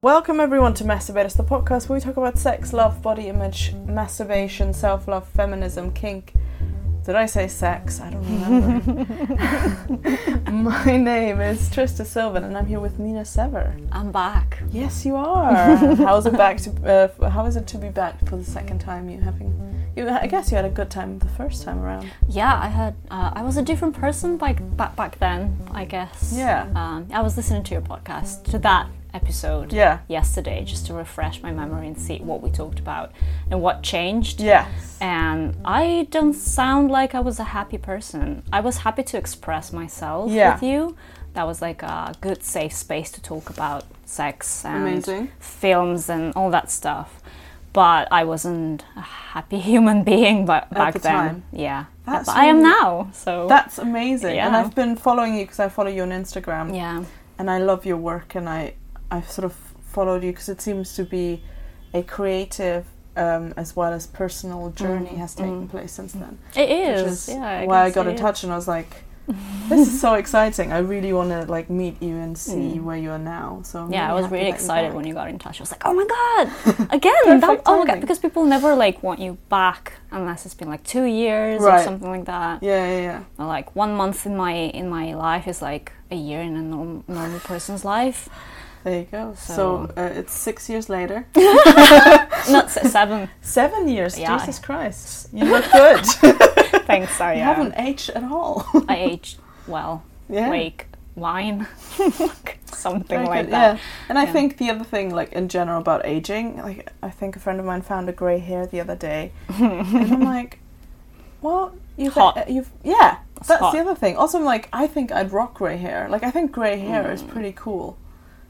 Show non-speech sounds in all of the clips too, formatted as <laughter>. Welcome everyone to Masturbators, the podcast where we talk about sex, love, body image, masturbation, self-love, feminism, kink. Did I say sex? I don't <laughs> remember. <laughs> My name is Trista Sylvan, and I'm here with Nina Sever. I'm back. Yes, you are. how is it back to? Uh, f- how is it to be back for the second time? You having? You, I guess you had a good time the first time around. Yeah, I had. Uh, I was a different person back back back then. I guess. Yeah. Um, I was listening to your podcast to that episode Yeah. yesterday just to refresh my memory and see what we talked about and what changed. Yes. And I don't sound like I was a happy person. I was happy to express myself Yeah. with you. That was like a good safe space to talk about sex and Amazing. films and all that stuff. But I wasn't a happy <laughs> human being ba- back the then. time. Yeah. That's but I am really- now. So That's amazing. And Yeah. I've been following you because I follow you on Instagram. yeah. and I love your work, and I I've sort of followed you because it seems to be a creative um, as well as personal journey Mm, has taken mm. place since then, It is. which is yeah. why I can I got see in it. touch, and I was like, <laughs> this is so exciting. I really want to like meet you and see Mm. where you are now. So I'm Yeah, I really was really happy that excited you're when back. you got in touch. I was like, "Oh my god, <laughs> again!" that, Perfect oh my timing. god, because people never like want you back unless it's been like two years Right. or something like that. Yeah, yeah, yeah. Or, like one month in my in my life is like a year in a norm, normal person's <laughs> life. There you go. So, So- uh, it's six years <laughs> later. Not se- seven. Seven years. Yeah. Jesus Christ, you look <laughs> good. Thanks, sorry. you I haven't aged at all. <laughs> I aged well. yeah. Like wine, something Very <laughs> like good, that. Yeah. And I Yeah. think the other thing, like in general about aging, like I think a friend of mine found a grey hair the other day, <laughs> and I'm like, well, you've Hot. uh, you've yeah. It's That's hot. the other thing. Also, I'm like, I think I'd rock grey hair. Like, I think grey hair is pretty cool.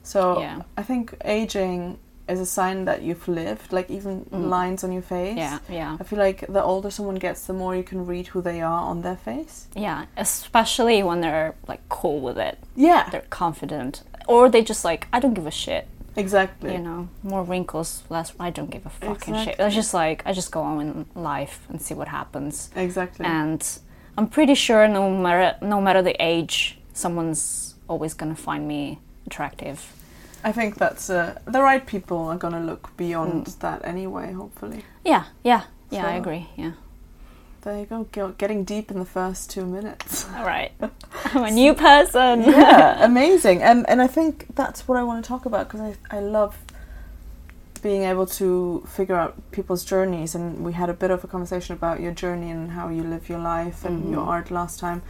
So Mm. Yeah. I think aging is a sign that you've lived. Like even lines on your face. Mm. Yeah, yeah. I feel like the older someone gets, the more you can read who they are on their face. Yeah, especially when they're like cool with it. Yeah, They're confident. Or they just like, I don't give a shit. exactly. You know, more wrinkles, less. I don't give a fucking shit. Exactly. It's just like, I just go on in life and see what happens. Exactly. And I'm pretty sure no matter, no matter the age, someone's always gonna find me attractive. I think that's uh, the right people are gonna look beyond that anyway. Hopefully, Yeah, yeah, yeah, I So- agree. Yeah. there you go. Ge- Getting deep in the first two <laughs> minutes. All right. I'm a new person. yeah, amazing. And and I think that's what I want to talk about because I I love being able to figure out people's journeys. And we had a bit of a conversation about your journey and how you live your life and your art last time.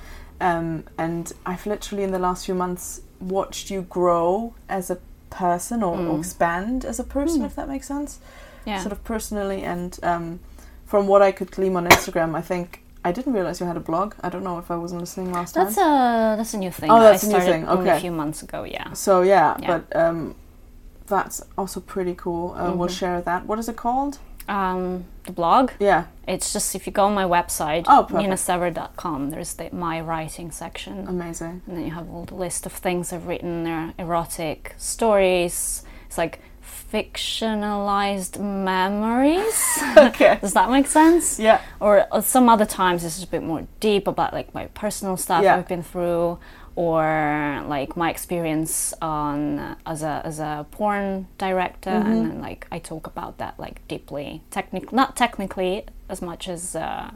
Um, and I've literally in the last few months watched you grow as a person or, or expand as a person, if that makes sense. Yeah. sort of personally and um, from what I could glean on Instagram, I think I didn't realize you had a blog. I don't know if I wasn't listening last That's time. a that's a new thing. Oh, that that's a I new started thing, only okay. a few months ago. Yeah. so yeah, Yeah. but um, that's also pretty cool. Uh, Mm-hmm. We'll share that. What is it called? Um, the blog. Yeah. It's just if you go on my website, Oh, perfect. Um, ninasever.com, there's the my writing section, <laughs> Amazing. and then you have all the list of things I've written. There, are erotic stories. It's like fictionalized memories. <laughs> Okay. Does that make sense? yeah. or uh, some other times it's just a bit more deep about like my personal stuff Yeah. I've been through or like my experience on uh, as a as a porn director Mm-hmm. and then like I talk about that like deeply technic not technically as much as uh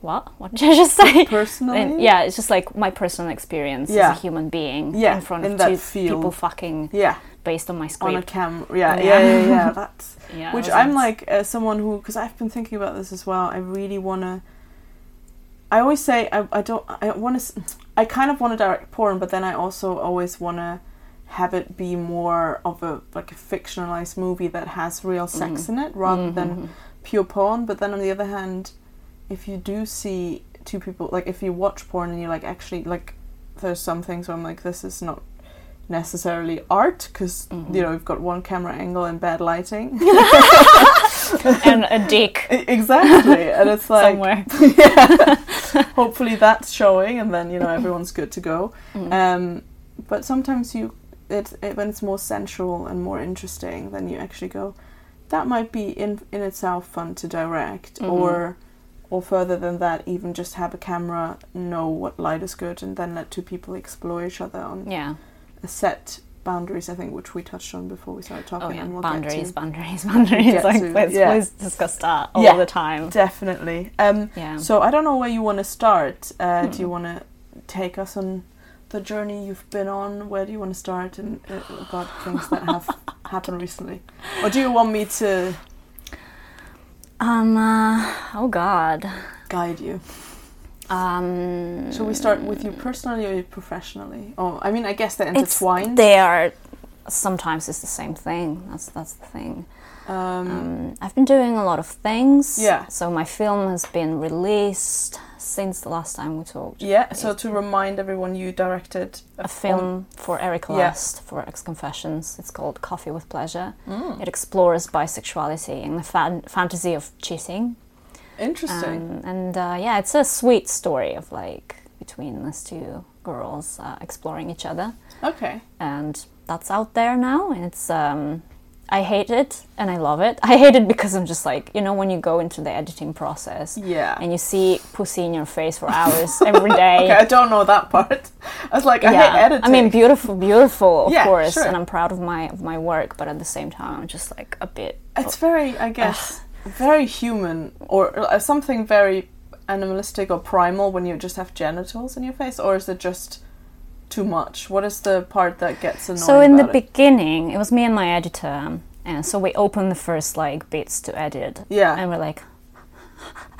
what what did I just <laughs> say <laughs> Personally? And, yeah it's just like my personal experience Yeah. as a human being Yeah, in front in of that two field. people fucking Yeah. based on my On script a cam. Yeah. Yeah. Yeah. Yeah. Yeah. <laughs> That's yeah which that was I'm nice. like uh, someone who because I've been thinking about this as well. I really wanna. I always say I, I don't I want to I kind of want to direct porn, but then I also always want to have it be more of a like a fictionalized movie that has real Mm-hmm. sex in it rather than pure porn. But then on the other hand, if you do see two people like if you watch porn and you're like actually like there's some things where I'm like this is not necessarily art because Mm-hmm. you know you've got one camera angle and bad lighting and a dick E- exactly and it's <laughs> like <laughs> somewhere yeah. hopefully that's showing and then you know everyone's good to go Mm-hmm. Mm. um, but sometimes you it, it when it's more sensual and more interesting then you actually go that might be in in itself fun to direct Mm-hmm. or or further than that even just have a camera know what light is good and then let two people explore each other on yeah a set boundaries, I think, which we touched on before we started talking. Oh yeah, and we'll get boundaries, to. boundaries, <laughs> boundaries, Get Like to- let's yeah. please discuss that all Yeah. the time. Definitely. Um, Yeah. So I don't know where you want to start. Uh, Do you Hmm. want to take us on the journey you've been on? Where do you want to start and uh, about things that <laughs> have happened recently, or do you want me to Um. Uh, oh God. guide you? Um. Shall we start with you personally or you professionally? Oh, I mean, I guess they're It's intertwined. they are. Sometimes it's the same thing. That's that's the thing. um, Um, I've been doing a lot of things. Yeah. So my film has been released since the last time we talked. yeah. So to remind everyone, you directed A film for Eric Um, Yeah. Lust for Ex Confessions. It's called Coffee with Pleasure. Mm. It explores bisexuality and the fan- fantasy of cheating. Interesting. Um, and uh, yeah, it's a sweet story of like between these two girls uh, exploring each other, okay. and that's out there now. And it's um, I hate it and I love it. <laughs> I hate it because I'm just like you know when you go into the editing process Yeah. and you see pussy in your face <laughs> for hours every day. Okay, I don't know that part. <laughs> I was like, I yeah, hate editing. I mean beautiful, beautiful, of Yeah, course, sure. and I'm proud of my of my work, but at the same time, I'm just like a bit. it's very, I guess, very human or uh, something very animalistic or primal when you just have genitals in your face, or is it just too much? What is the part that gets annoying? So in the about it? beginning, it was me and my editor, and so we opened the first like bits to edit, yeah, and we're <laughs> like,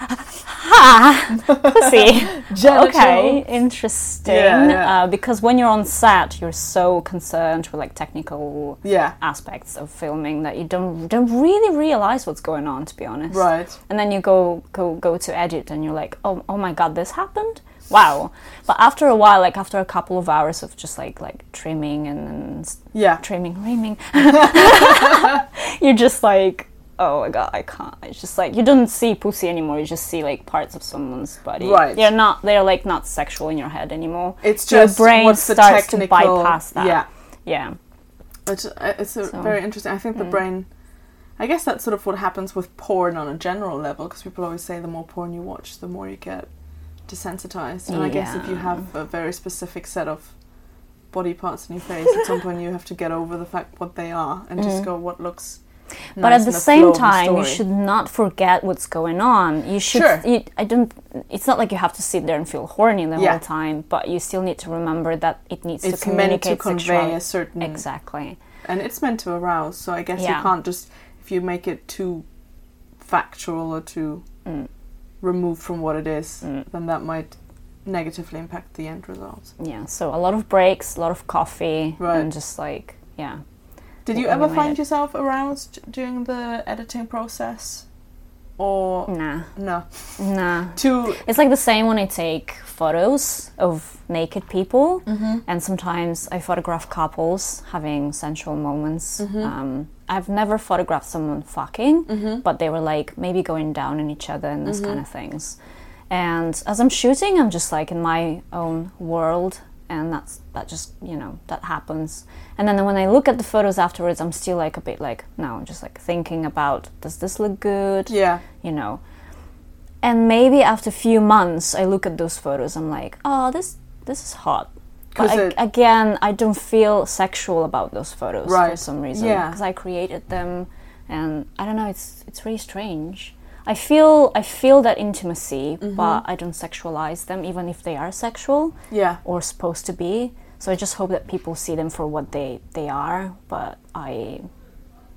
ha, pussy. Genital. Okay, interesting. Yeah, yeah. Uh, because when you're on set, you're so concerned with like technical yeah, aspects of filming that you don't don't really realize what's going on. To be honest, right. and then you go go go to edit and you're like oh oh my god this happened wow but after a while like after a couple of hours of just like like trimming and, and s- Yeah, trimming reaming <laughs> you're just like oh my god i can't it's just like you don't see pussy anymore you just see like parts of someone's body Right. they're not they're like not sexual in your head anymore it's your just brain what's the starts to technical, bypass that Yeah, yeah It's, uh, it's a So- mm. very interesting. I think the brain. I guess that's sort of what happens with porn on a general level, because people always say the more porn you watch, the more you get desensitized. And I guess if you Yeah. have a very specific set of body parts in your face, at some point you have to get over the fact what they are and just go what looks. Mm. but nice at in the flow same of the time you story. should not forget what's going on you should Sure. you, i don't it's not like you have to sit there and feel horny the Yeah. whole time but you still need to remember that it needs It's to meant communicate to convey Mm. sexuality a certain, exactly and it's meant to arouse. So I guess you Yeah. can't just if you make it too factual or too Mm. removed from what it is, Mm. then that might negatively impact the end result. yeah so a lot of breaks a lot of coffee Right. and just like yeah Did you What ever we find made. yourself aroused during the editing process? Or nah no. nah Too it's like the same when i take photos of naked people and sometimes I photograph couples having sensual moments. Um, I've never photographed someone fucking, but they were like maybe going down on each other and this kind of things. And as I'm shooting, I'm just like in my own world, and that's that just you know that happens. And then when I look at the photos afterwards, I'm still like a bit like no, I'm just like thinking about does this look good? Yeah. you know. And maybe after a few months, I look at those photos. I'm like, oh, this this is hot. 'Cause But I, it- again, I don't feel sexual about those photos for Right. some reason Yeah. because I created them, and I don't know. It's it's really strange. I feel I feel that intimacy, Mm-hmm. but I don't sexualize them, even if they are sexual Yeah. or supposed to be. So I just hope that people see them for what they they are. But I,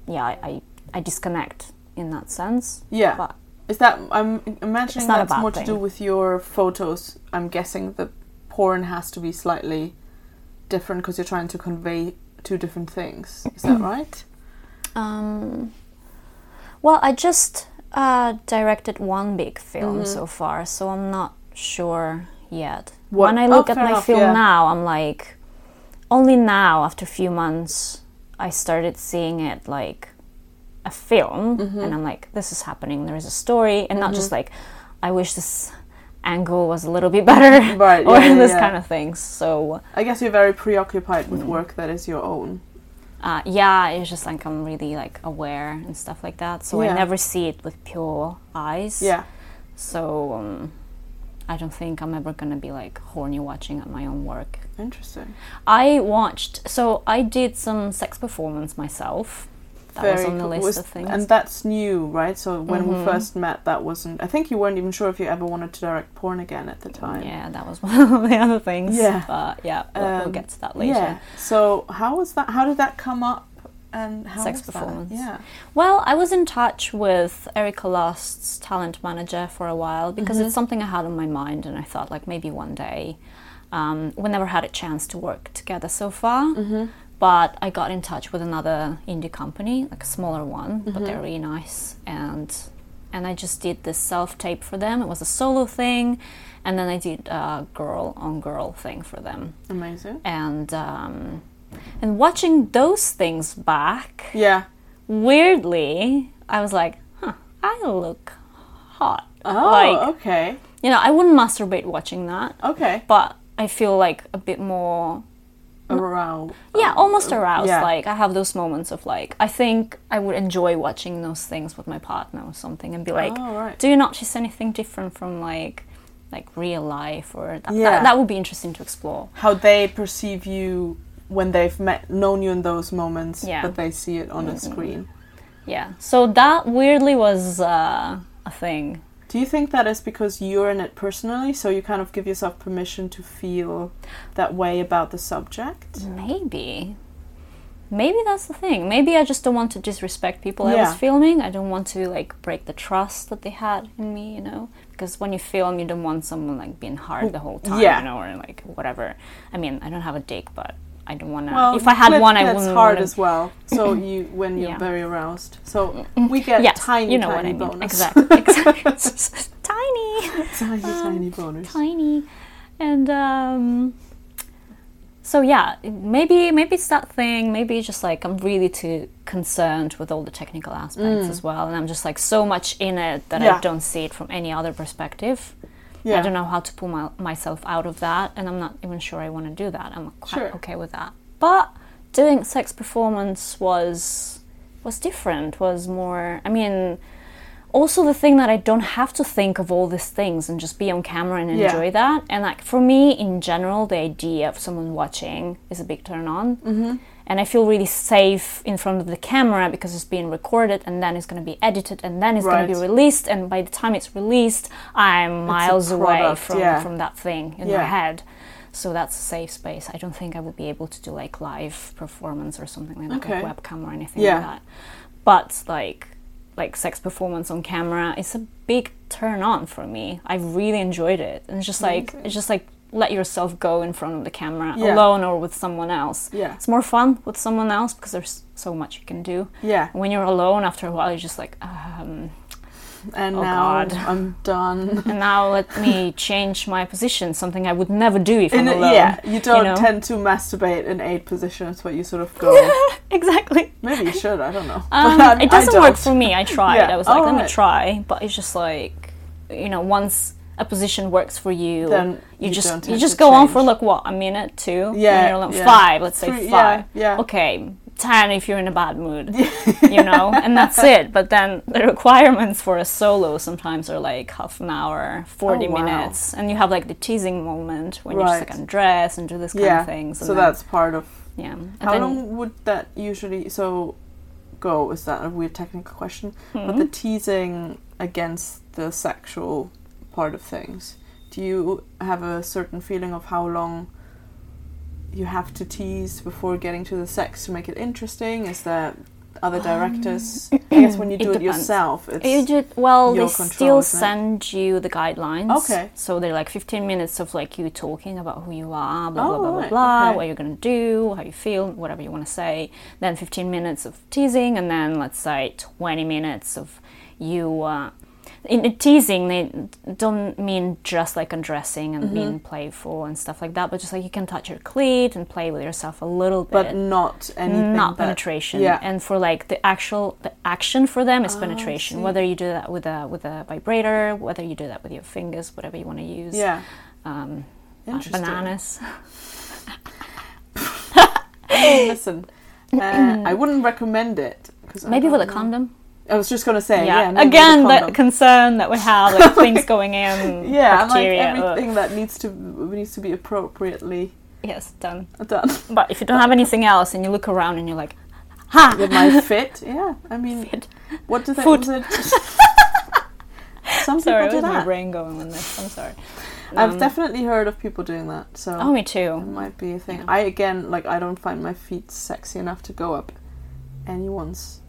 yeah, I I, I disconnect in that sense. Yeah. But Is that I'm imagining It's not a that's bad more to do thing. with your photos. I'm guessing the porn has to be slightly different because you're trying to convey two different things. Is <clears throat> that right? Um, well, I just uh, directed one big film Mm-hmm. so far, so I'm not sure yet. What- When I oh, look at fair my enough, film yeah. now, I'm like, only now, after a few months, I started seeing it like a film, Mm-hmm. and I'm like, this is happening. There is a story, and not just like, I wish this angle was a little bit <laughs> better, Right, or yeah, yeah, this yeah. kind of thing. So. I guess you're very preoccupied Hmm. with work that is your own. uh, yeah it's just like i'm really like aware and stuff like that so Yeah. i never see it with pure eyes Yeah. so um, I don't think I'm ever gonna be like horny watching at my own work. Interesting. I watched, so I did some sex performance myself. That was on the cool. list Was- of things. Mm-hmm. And that's new, right? So when we first met, that wasn't. I think you weren't even sure if you ever wanted to direct porn again at the time. yeah, that was <laughs> one of the other things. Yeah. But yeah, we'll, we'll Um, get to that later. Yeah. So how was that? How did that come up? And how Sex was that? performance. Yeah. Well, I was in touch with Erica Lust's talent manager for a while because it's something I had on my mind, and I thought like maybe one day. Um, we never had a chance to work together so far, but I got in touch with another indie company, like a smaller one, but they're really nice, and and I just did this self tape for them. It was a solo thing, and then I did a girl on girl thing for them, Amazing. and um, and watching those things back Yeah. weirdly, I was like, huh, I look hot. Oh, Like, okay. you know, I wouldn't masturbate watching that, Okay. but I feel like a bit more, Around. yeah, almost aroused. Oh, yeah. Like, I have those moments of like, I think I would enjoy watching those things with my partner or something and be like, Oh, right. do you notice anything different from like, like real life or that, Yeah. that, that would be interesting to explore. How they perceive you when they've met, known you in those moments, Yeah. Mm-hmm. but they see it on a screen. Yeah. So that weirdly was uh, a thing. Do you think that is because you're in it personally, so you kind of give yourself permission to feel that way about the subject? Maybe. Maybe that's the thing. Maybe I just don't want to disrespect people I Yeah. was filming. I don't want to like break the trust that they had in me, you know? Because when you film, you don't want someone like being hard the whole time, yeah. you know, or like whatever. I mean, I don't have a dick, but I don't want to. Well, if I had clip one, I gets wouldn't. hard wanna- as well. <laughs> So you when you're Yeah. very aroused, so we get Yes, tiny, you know tiny what I mean. bonus. Exactly. exactly. <laughs> tiny. <laughs> tiny, tiny bonus. Um, tiny and um so yeah maybe maybe it's that thing maybe it's just like i'm really too concerned with all the technical aspects as well and i'm just like so much in it that Yeah. i don't see it from any other perspective yeah, i don't know how to pull my, myself out of that and i'm not even sure i want to do that i'm quite Sure. okay with that but doing sex performance was was different was more i mean also the thing that I don't have to think of all these things and just be on camera and Yeah. enjoy that. And like for me in general, the idea of someone watching is a big turn on. Mm-hmm. And I feel really safe in front of the camera because it's being recorded and then it's going to be edited and then it's going to be Right. released. And by the time it's released, I'm miles away product, from, yeah. from that thing in my Yeah. head. So that's a safe space. I don't think I would be able to do like live performance or something like that, Okay. like webcam or anything Yeah. like that. But like like sex performance on camera, it's a big turn on for me. I really enjoyed it. And it's just like it's just like let yourself go in front of the camera Yeah. alone or with someone else. Yeah. It's more fun with someone else because there's so much you can do. yeah. When you're alone after a while you're just like um And Oh, now God. I'm <laughs> done. and now let me change my position, something I would never do if In I'm a- alone. yeah, you don't know? tend to masturbate in eight positions, but you sort of <laughs> go. Exactly. Maybe you should. I don't know. <laughs> Um, But I- it I doesn't work don't. for me. I tried. Yeah, I was like, let me alright. try, but it's just like, you know, once a position works for you, Then you you, don't just you have just to go on for change. like what a minute, two, Yeah, Then you're like, yeah. five. Let's say Three, yeah, five. yeah. Okay, ten if you're in a bad mood, <laughs> you know, and that's it. But then the requirements for a solo sometimes are like half an hour, forty Oh, wow. minutes, and you have like the teasing moment when you're just Right. like undress and do this kind Yeah. of things. and so then- that's part of. yeah. And How then- long would that usually so go? Is that a weird technical question? hmm. But Oh. the teasing against the sexual part of things. Do you have a certain feeling of how long you have to tease before getting to the sex to make it interesting? Is there other <clears throat> directors? I guess when you Um, it do it, depends. yourself, it's You did well. They your still control, isn't it? send you the guidelines. Okay. So they're like 15 minutes of like you talking about who you are, blah blah Oh, blah blah right, blah, okay. what you're gonna do, how you feel, whatever you want to say. Then 15 minutes of teasing, and then let's say 20 minutes of you. Uh, in in teasing, they don't mean just like undressing and being Mm-hmm. playful and stuff like that, but just like you can touch your cleat and play with yourself a little bit but not anything Mm, not that- penetration Yeah. Oh, and for like the actual the action for them is penetration whether you do that with a with a vibrator whether you do that with your fingers whatever you want to use yeah. um ba- Interesting. bananas I <clears throat> mean, listen, uh, I wouldn't recommend it. Cause I maybe don't with a know. condom I was just gonna say, yeah. no, Again, the that condom. concern that we have, <laughs> like things going in, yeah, I'm like bacteria. uh, ugh. everything that needs to needs to be appropriately Yes, done. <laughs> done. But if you don't have anything else and you look around and you're like, ha, With my fit, yeah. I mean, Fit. what did that? Foot. was it- Some <laughs> sorry, people where's do my that. brain going with this? I'm sorry. I've Um, definitely heard of people doing that. So Oh, me It too. might be a thing. Yeah. I again like I don't find my feet sexy enough to go up anyone's.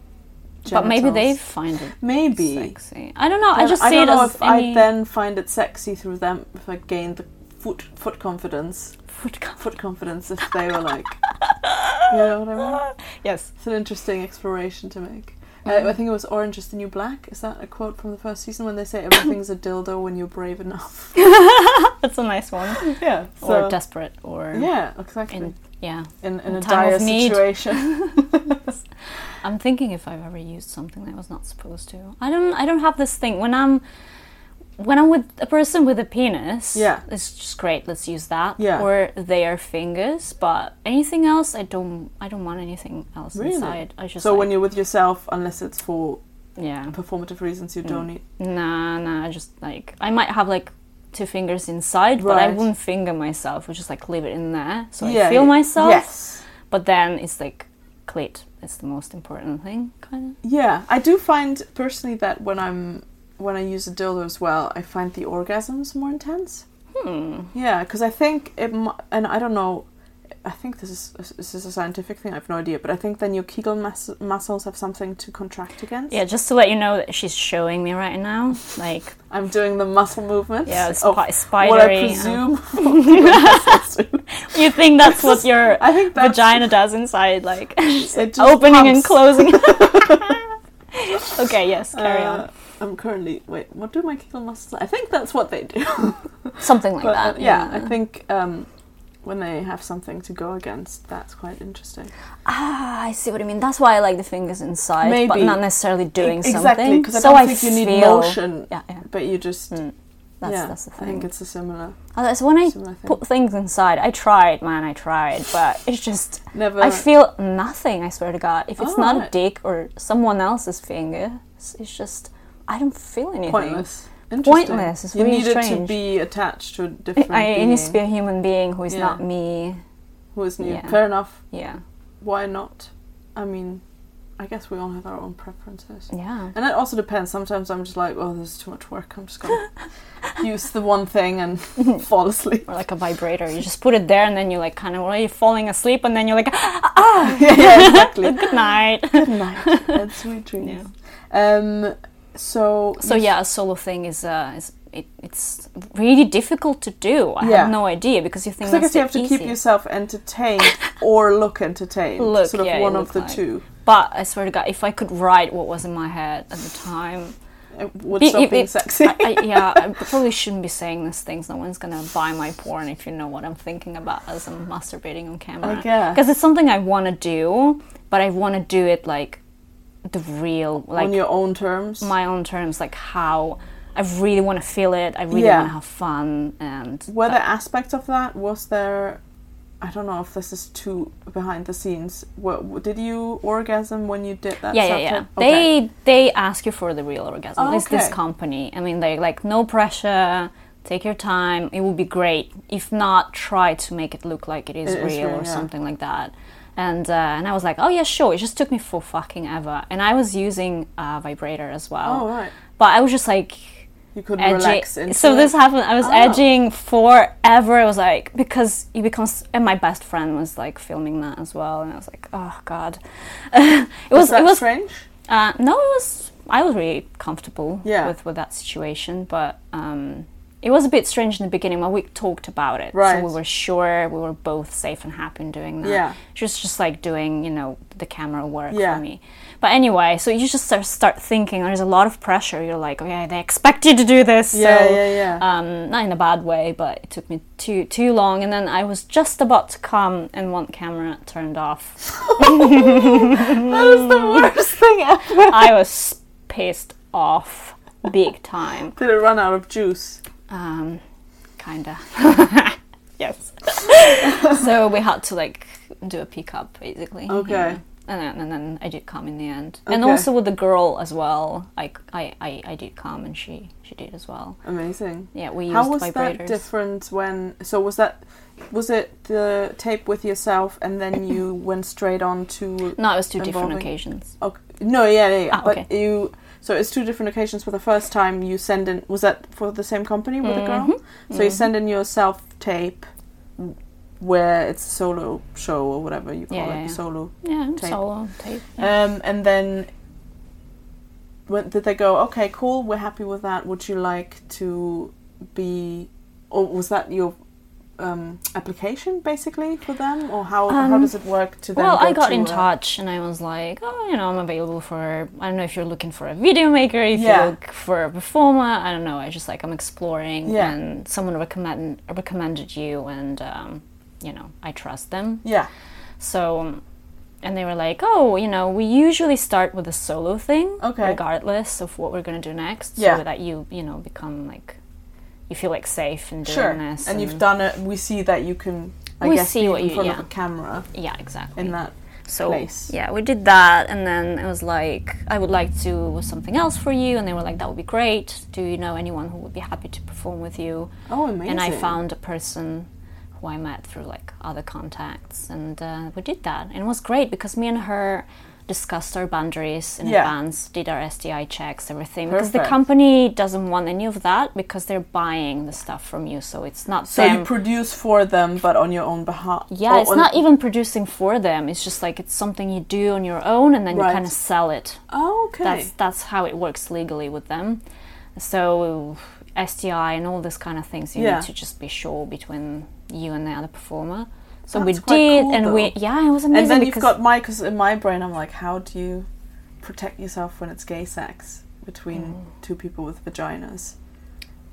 But maybe they genitals. find it maybe. sexy. I don't know. I Then just I see don't it know as if any I then find it sexy through them if I gain the foot foot confidence foot com- foot confidence if they were like you know what I mean. <laughs> Yes. It's an interesting exploration to make. Uh, I Mhm. think it was Orange is the New Black. Is that a quote from the first season when they say everything's a dildo when you're brave enough? That's a nice one. yeah. <laughs> or desperate, or yeah, exactly. in, yeah. in, in in a time dire of need. situation. I'm thinking if I've ever used something that I was not supposed to. I don't. I don't have this thing when I'm when I'm with a person with a penis. Yeah. it's just great. Let's use that. Yeah. or their fingers. But anything else, I don't. I don't want anything else Really? inside. I <laughs> just so like, Mm. when you're with yourself, unless it's for yeah. performative reasons, you Mm. don't need. Nah, nah. I just like I might have like two fingers inside, but I Right. wouldn't finger myself. I just like leave it in there, so Yeah, I feel yeah. myself. Yes. But then it's like clit. It's the most important thing, kind of. Yeah, I do find personally that when I'm when I use a dildo as well, I find the orgasms more intense. Hmm. Yeah, because I think it, mu- and I don't know. I think this is this is a scientific thing. I have no idea, but I think then your Kegel mus- muscles have something to contract against. Yeah, just to let you know that she's showing me right now. Like, I'm doing the muscle movements. yeah, it's of spi- spidery. oh, what I uh, <laughs> presume. <laughs> muscles do. you think that's <laughs> what your I think that's vagina does inside, like <laughs> it <laughs> just opening and pumps. <laughs> closing. <laughs> okay, yes, carry Uh, I'm currently wait. What do my Kegel muscles? I think that's what they do. on. Something like but, uh, that. yeah, I think um, when they have something to go against, that's quite interesting. Ah, I see what I mean. That's why I like the fingers inside, but Maybe. not necessarily doing E- exactly something. because I so don't I think feel, you need motion, Yeah, yeah. but you just Mm, That's, yeah. that's the I think thing. it's a similar Otherwise, when I similar thing. put things inside, I tried, man, I tried, but it's just Never. I feel nothing, I swear to God. If it's Oh, not a right. dick or someone else's finger, it's, it's just, I don't feel anything. pointless. Interesting. Pointless, it's you really need it to strange. be attached to a different I, I being need to be a human being who is Yeah. not me. who is new. yeah. Fair enough. Yeah. Why not? I mean, I guess we all have our own preferences. Yeah. And it also depends. Sometimes I'm just like, oh, there's too much work. I'm just <laughs> gonna use the one thing and fall asleep. <laughs> Or like a vibrator. You just put it there and then you're like kind of already falling asleep and then you're like, yeah, yeah, exactly. good night. Good night and sweet dreams. Um, so So yeah, a solo thing is, uh, is it, it's really difficult to do. I Yeah. have no idea because you think Because I that's guess you the have to easy. keep yourself entertained or look entertained. Look, sort of yeah, you one of look the like- two. But I swear to God, if I could write what was in my head at the time, It Uh, would Be- stop if being it- sexy. <laughs> I, I, yeah, I probably shouldn't be saying these things. No one's gonna buy my porn if you know what I'm thinking about as I'm masturbating on I camera. guess. Because it's something I want to do, but I want to do it like the real, like on your own terms. my own terms, like how I really want to feel it. I really Yeah. want to have fun, and Were there aspects of that? Was there? I don't know if this is too behind the scenes. What, did you orgasm when you did that? yeah, yeah, yeah. subject? Okay. They they ask you for the real orgasm. Oh, It's this okay. company. I mean, they like no pressure. Take your time. It will be great. If not, try to make it look like it is It is real real, or yeah. something like that. And uh, and I was like, oh yeah, sure. It just took me for fucking ever. And I was using a vibrator as well. Oh right. But I was just like You could edgy- relax into So it. this happened. I was Oh. edging forever. It was like because he becomes, and my best friend was like filming that as well, and I was like, oh god, <laughs> it was that it was strange. uh, no, it was I was really comfortable Yeah. with with that situation, but um, it was a bit strange in the beginning when we talked about it. Right. So we were sure we were both safe and happy in doing that. Yeah. She was just like doing, you know, the camera work Yeah. for me. But anyway, so you just start, start thinking. There's a lot of pressure. You're like, okay, they expect you to do this. yeah, so yeah, yeah. um, not in a bad way, but it took me too too long, and then I was just about to come, and one camera turned <laughs> off. that is the worst thing ever. I was pissed off big time. Did it run out of juice? Um, kinda. <laughs> yes. so we had to like do a pickup basically. Okay. Yeah. and then, and then I did come in the end. And Okay. also with the girl as well. I, I, I, I did come and she, she did as well. Amazing. Yeah, we used How was vibrators. that different when? So was that was it the tape with yourself and <coughs> then you went straight on to? no, it was two different involving- occasions. Okay. No, yeah, yeah, yeah. Ah, but okay. you. So it's two different occasions. For the first time, you send in. Was that for the same company with a girl? Mhm. So you send in your self tape, where it's a solo show or whatever you call Yeah, it, yeah, yeah. solo. Yeah, Tape. solo tape. Um, and then. When, did they go? Okay, cool. We're happy with that. Would you like to be, or was that your um, application basically for them, or how how Um, does it work to them? Well, I got to uh, in a- touch and I was like, oh, you know, I'm available for. I don't know if you're looking for a video maker, if Yeah. you look for a performer. I don't know. I just like I'm exploring, Yeah. and someone recommend recommended you, and um, you know, I trust them. Yeah. So, um, and they were like, oh, you know, we usually start with a solo thing, Okay. regardless of what we're gonna do next, Yeah. so that you, you know, become like, you feel like safe in doing sure. this. and you've done it. We see that you can. I We guess see be what in you- front of yeah. a camera yeah, exactly. in that. so place. yeah we did that and then it was like i would like to do something else for you and they were like that would be great do you know anyone who would be happy to perform with you Oh, amazing! and i found a person who i met through like other contacts and uh, we did that and it was great because me and her discussed our boundaries in Yeah. advance did our sdi checks everything because the Perfect. company doesn't want any of that because they're buying the stuff from you so it's not So them you produce for them, but on your own behalf. yeah, or it's on- not even producing for them. It's just like it's something you do on your own, and then Right. you kind of sell it. Oh, okay. That's that's how it works legally with them. So STI and all this kind of things, you Yeah. need to just be sure between you and the other performer. So we That's quite did, cool, and we though. yeah, it was amazing. and then you've because got my because in my brain I'm like, how do you protect yourself when it's gay sex between two people with vaginas?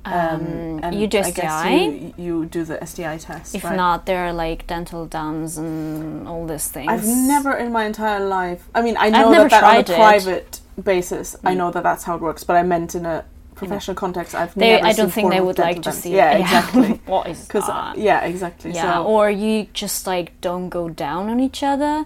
Oh. Um, you do I guess STI? You, you do the STI test. if right? not, there are like dental dams and all these things. I've never in my entire life. I mean, I know never that, that on a tried it. Mm. private basis, I know that that's how it works. But I meant in a professional context, I've They, never. I seen don't think they formal would like to dental dams. see. <laughs> Yeah, exactly. what is Because uh, that? yeah, exactly. Yeah, so or you just like don't go down on each other.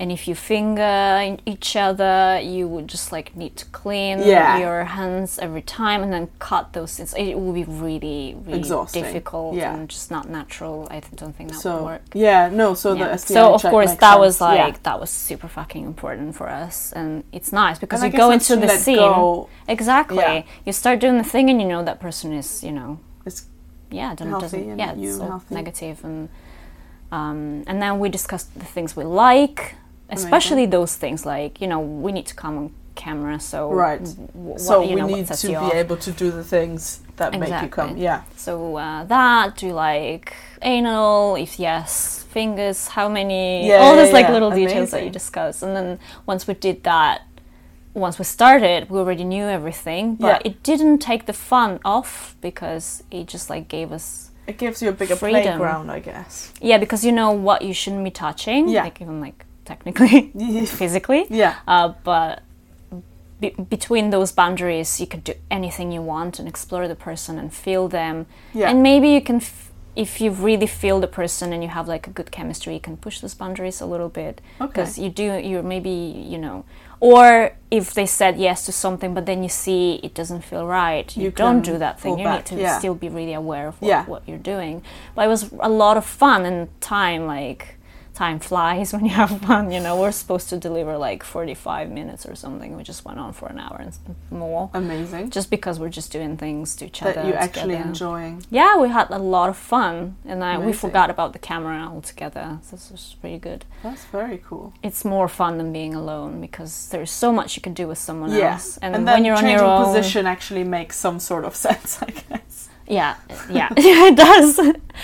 And if you finger in each other, you would just like need to clean Yeah. your hands every time and then cut those. It's, it will be really, really Exhausting. difficult Yeah. and just not natural. I don't think that would so work. yeah, no. So Yeah. the STI So of check course makes that was sense, yeah. like that was super fucking important for us, and it's nice because And I you guess go that's into to the let scene go. exactly. Yeah. You start doing the thing, and you know that person is you know It's yeah, don't, Healthy doesn't and yeah, it's you all healthy. negative and um, and then we discussed the things we like, especially those things like you know we need to come on camera, so Right. w- what, so you we know, what need sets to you be off. able to do the things that make you come. Exactly. Yeah. So uh, that do you like anal? If yes, fingers. How many? Yeah, all yeah, those like yeah. little details that you Amazing. discuss, and then once we did that, once we started, we already knew everything, but Yeah. it didn't take the fun off because it just like gave us It gives you a bigger Freedom. playground, I guess. <laughs> Yeah, because you know what you shouldn't be touching. Yeah. Like even like technically, <laughs> Yeah. physically. Yeah. Uh, but be- between those boundaries, you could do anything you want and explore the person and feel them. Yeah. And maybe you can, f- if you really feel the person and you have like a good chemistry, you can push those boundaries a little bit. Okay. Because you do, you're maybe you know, or if they said yes to something, but then you see it doesn't feel right, you, You don't can do that thing. fall You back, need to yeah. still be really aware of what, Yeah. what you're doing. But it was a lot of fun and time like time flies <laughs> when you have fun, you know. We're supposed to deliver like 45 minutes or something. We just went on for an hour and s- more Amazing. just because we're just doing things to each That other you're actually together. enjoying. Yeah, we had a lot of fun and I, we Amazing. forgot about the camera altogether. So this was pretty good. That's very cool. It's more fun than being alone because there's so much you can do with someone else. And, then when you're on changing your own, position actually makes some sort of <laughs> sense, I guess. <laughs> Yeah, yeah, <laughs> it does.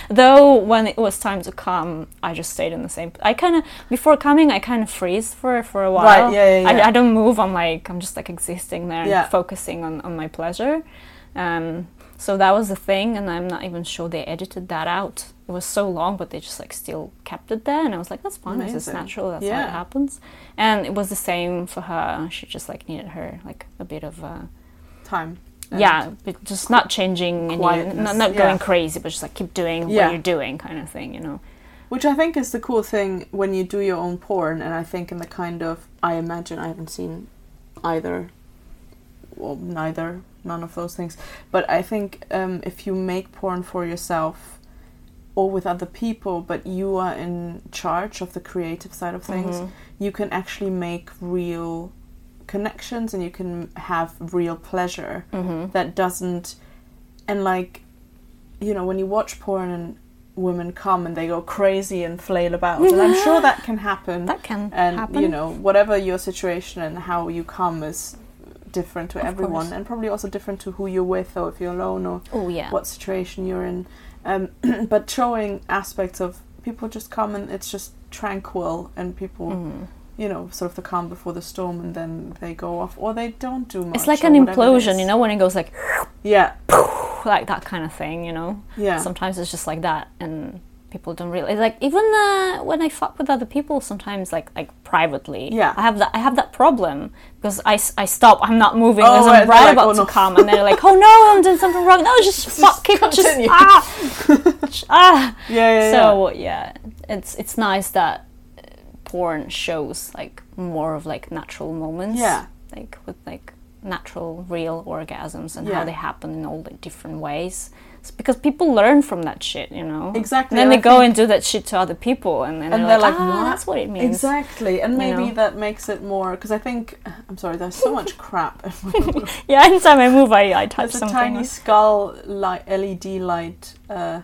Though when it was time to come, I just stayed in the same. I kind of before coming, I kind of freeze for for a while. yeah, yeah, yeah. I, I don't move. I'm like I'm just like existing there, Yeah. and focusing on on my pleasure. Um, so that was the thing, and I'm not even sure they edited that out. It was so long, but they just like still kept it there, and I was like, that's fine. It's just Amazing. natural. That's how Yeah. it happens. And it was the same for her. She just like needed her like a bit of. Uh, Time. and- yeah, but just not changing and you- quietness, not, not going yeah. crazy, but just like keep doing Yeah. what you're doing kind of thing, you know. Which I think is the cool thing when you do your own porn, and I think in the kind of I imagine I haven't seen either, well, neither, none of those things. But I think um, if you make porn for yourself or with other people, but you are in charge of the creative side of things, Mm-hmm. you can actually make real connections and you can have real pleasure that doesn't and like you know when you watch porn and women come and they go crazy and flail about and i'm sure that can happen That can and happen. you know whatever your situation and how you come is different to Of everyone course. and probably also different to who you're with or if you're alone or Oh yeah. what situation you're in um, <clears throat> but showing aspects of people just come and it's just tranquil and people Mhm. you know, sort of the calm before the storm, and then they go off, or they don't do much. It's like or an whatever it implosion, is. you know, when it goes like Yeah, like that kind of thing, you know. yeah, Sometimes it's just like that, and people don't really like. Even uh, when I fuck with other people, sometimes like like privately, Yeah. I have that I have that problem because I, s- I stop, I'm not moving, Oh, as right, I'm right like, about oh, to no. come, and they're like, oh no, I'm doing something wrong. No, <laughs> just, fuck it, just continue. <laughs> ah, ah. yeah, yeah. So yeah, it's it's nice that uh, porn shows like more of like natural moments. Yeah. Like with like natural, real orgasms and Yeah. how they happen in all the different ways. It's because people learn from that shit, you know. Exactly, And and then they I go think- and do that shit to other people, and, and, And they're they're like, like, ah, "What?" that's what it means. exactly, and maybe know. that makes it more because I think <sighs> I'm sorry, there's so <laughs> much crap. in my room. <laughs> Yeah. Anytime I move, I I touch There's a something. tiny skull light LED light. Uh,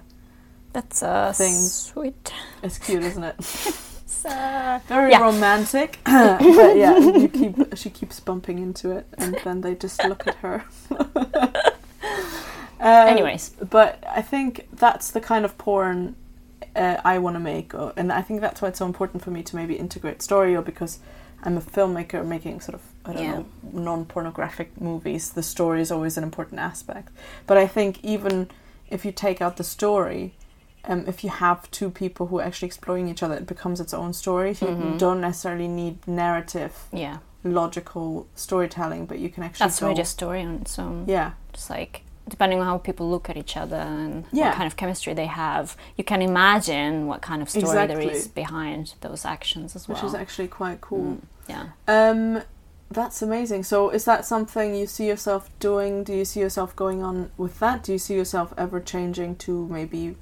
that's uh, thing. sweet. it's cute, isn't it? <laughs> It's, uh, Very Yeah. romantic. <laughs> <laughs> but yeah, you keep she keeps bumping into it, and then they just look at her. <laughs> um, anyways, but I think that's the kind of porn uh, I want to make, or, and I think that's why it's so important for me to maybe integrate story, or because I'm a filmmaker making sort of I don't Yeah. know non-pornographic movies. The story is always an important aspect, but I think even if you take out the story. Um, if you have two people who are actually exploring each other, it becomes its own story. So You Mhm. don't necessarily need narrative, yeah, logical storytelling, but you can actually that's go, really a story on its own. yeah, just like depending on how people look at each other and Yeah. what kind of chemistry they have, you can imagine what kind of story there Exactly. is behind those actions as well. which is actually quite cool. Mm, yeah. Um, that's amazing. So, is that something you see yourself doing? Do you see yourself going on with that? Do you see yourself ever changing to maybe,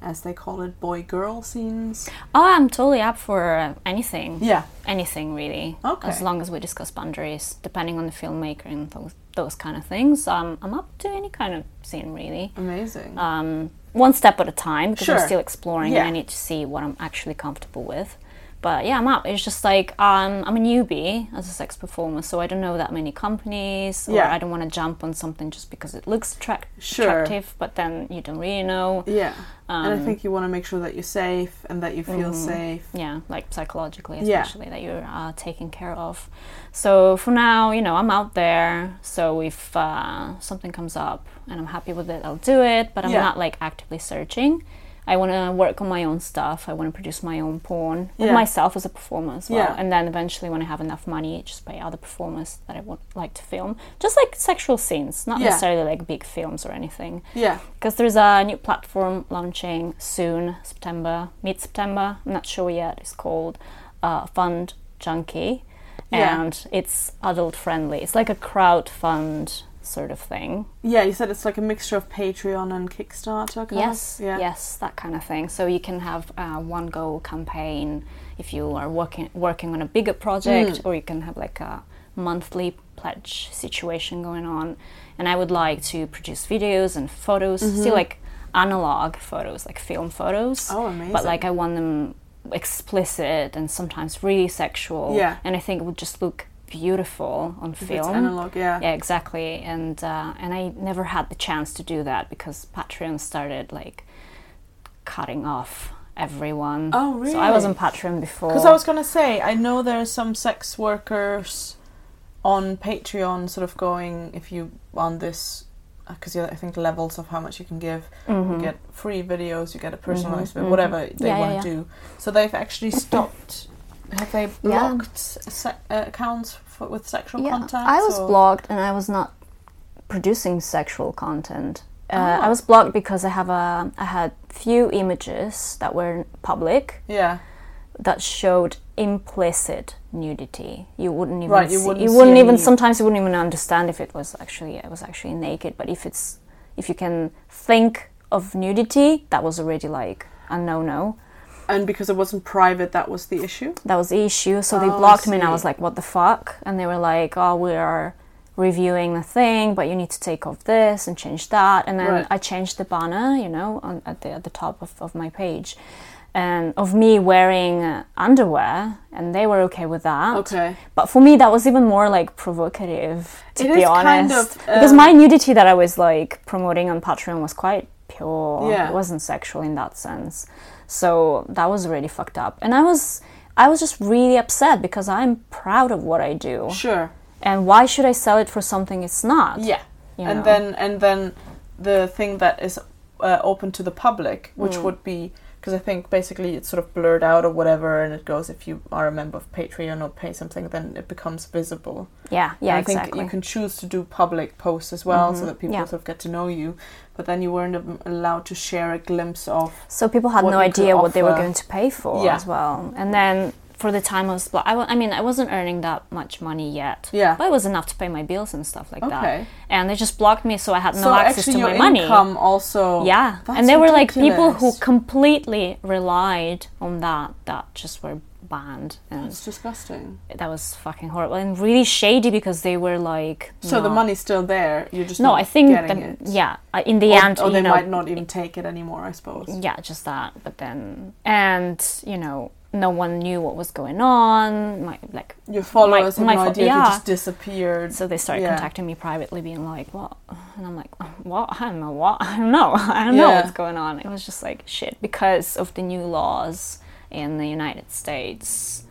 as they call it, boy girl scenes? Oh, I'm totally up for uh, anything, Yeah. anything really. Okay. As long as we discuss boundaries, depending on the filmmaker and those those kind of things. Um, I'm up to any kind of scene really. Amazing. um, one step at a time because I'm Sure. still exploring Yeah. and I need to see what I'm actually comfortable with. But yeah, I'm up. It's just like um, I'm a newbie as a sex performer, so I don't know that many companies, or Yeah. I don't want to jump on something just because it looks attract- Sure. attractive, but then you don't really know. yeah. Um, Mm-hmm. and I think you want to make sure that you're safe and that you feel safe. yeah, like psychologically, Yeah. especially that you're uh, taken care of. So for now, you know, I'm out there. So if uh, something comes up and I'm happy with it, I'll do it. But I'm Yeah. not like actively searching. I want to work on my own stuff. I want to produce my own porn with Yeah. myself as a performer as well. Yeah. And then eventually, when I have enough money, just pay other performers that I would like to film, just like sexual scenes, not Yeah. necessarily like big films or anything Yeah. because there's a new platform launching soon, September, mid September. I'm not sure yet. It's called uh, Fund Junkie, Yeah. and it's adult friendly. It's like a crowdfund sort of thing. Yeah, you said it's like a mixture of Patreon and Kickstarter. Kind Yes, Of? Yeah. yes, that kind of thing. So you can have uh, one goal campaign if you are working working on a bigger project, Mm. or you can have like a monthly pledge situation going on. And I would like to produce videos and photos, still like analog photos, like film photos. Mm-hmm. Oh, amazing. But like I want them explicit and sometimes really sexual. Yeah. And I think it would just look beautiful on If film. It's analog. Yeah. Yeah, exactly. And uh, and I never had the chance to do that because Patreon started like cutting off everyone. Oh, So I was really? on Patreon before. Because I was gonna say, I know there's some sex workers on Patreon, sort of going if you on this, because I think levels of how much you can give, Mhm. you get free videos, you get a personalized, mhm. video, whatever they Yeah, yeah, want yeah. to do. So they've <laughs> actually stopped. Have they blocked se- uh, accounts for, with sexual yeah, contact? I was or- blocked and I was not producing sexual content Uh, Oh. I was blocked because I have a I had few images that were public Yeah. that showed implicit nudity. You wouldn't even Right, you see, wouldn't you see wouldn't even any- sometimes you wouldn't even understand if it was actually it was actually naked. But if it's if you can think of nudity, that was already like a no no. And because it wasn't private, that was the issue. That was the issue. So they Oh, I blocked me, and I see. was like, "What the fuck?" And they were like, "Oh, we are reviewing the thing, but you need to take off this and change that." And then Right. I changed the banner, you know, on, at the at the top of, of my page, and of me wearing uh, underwear, and they were okay with that. Okay. But for me, that was even more like provocative, to It be is kind honest, of, because um, my nudity that I was like promoting on Patreon was quite pure. Yeah. It wasn't sexual in that sense. So that was really fucked up, and I was, I was just really upset because I'm proud of what I do, Sure. and why should I sell it for something it's not? Yeah. you and know? then and then the thing that is uh, open to the public, which Mm. would be because I think basically it's sort of blurred out or whatever, and it goes if you are a member of Patreon or pay something, then it becomes visible. yeah, yeah, And I think exactly. Mm-hmm. you can choose to do public posts as well, so that people yeah. sort of get to know you. But then you weren't um, allowed to share a glimpse of. So people had what no you could idea what they were offer. going to pay for Yeah. as well. And then for the time I was, blo- I, wa- I mean, I wasn't earning that much money yet. Yeah. But it was enough to pay my bills and stuff like that. Okay. And they just blocked me, so I had so no access actually, to your my money. income also. Yeah. That's and they were like people who ridiculous. completely relied on that, that just were banned. And It's disgusting. that was fucking horrible and really shady because they were like. So the no. money's still there. You're just No, not I think getting the, it. yeah. uh, In the Or- end, or, you they know, Mm. might not even take it anymore. I suppose. yeah, just that. But then, and you know, no one knew what was going on. My like, Your followers my have fo- no idea if yeah. you just disappeared. so they started Yeah. contacting me privately, being like, "What?" And I'm like, "What? I don't know what. I don't know. <laughs> I don't know Yeah. what's going on." It was just like shit because of the new laws in the United States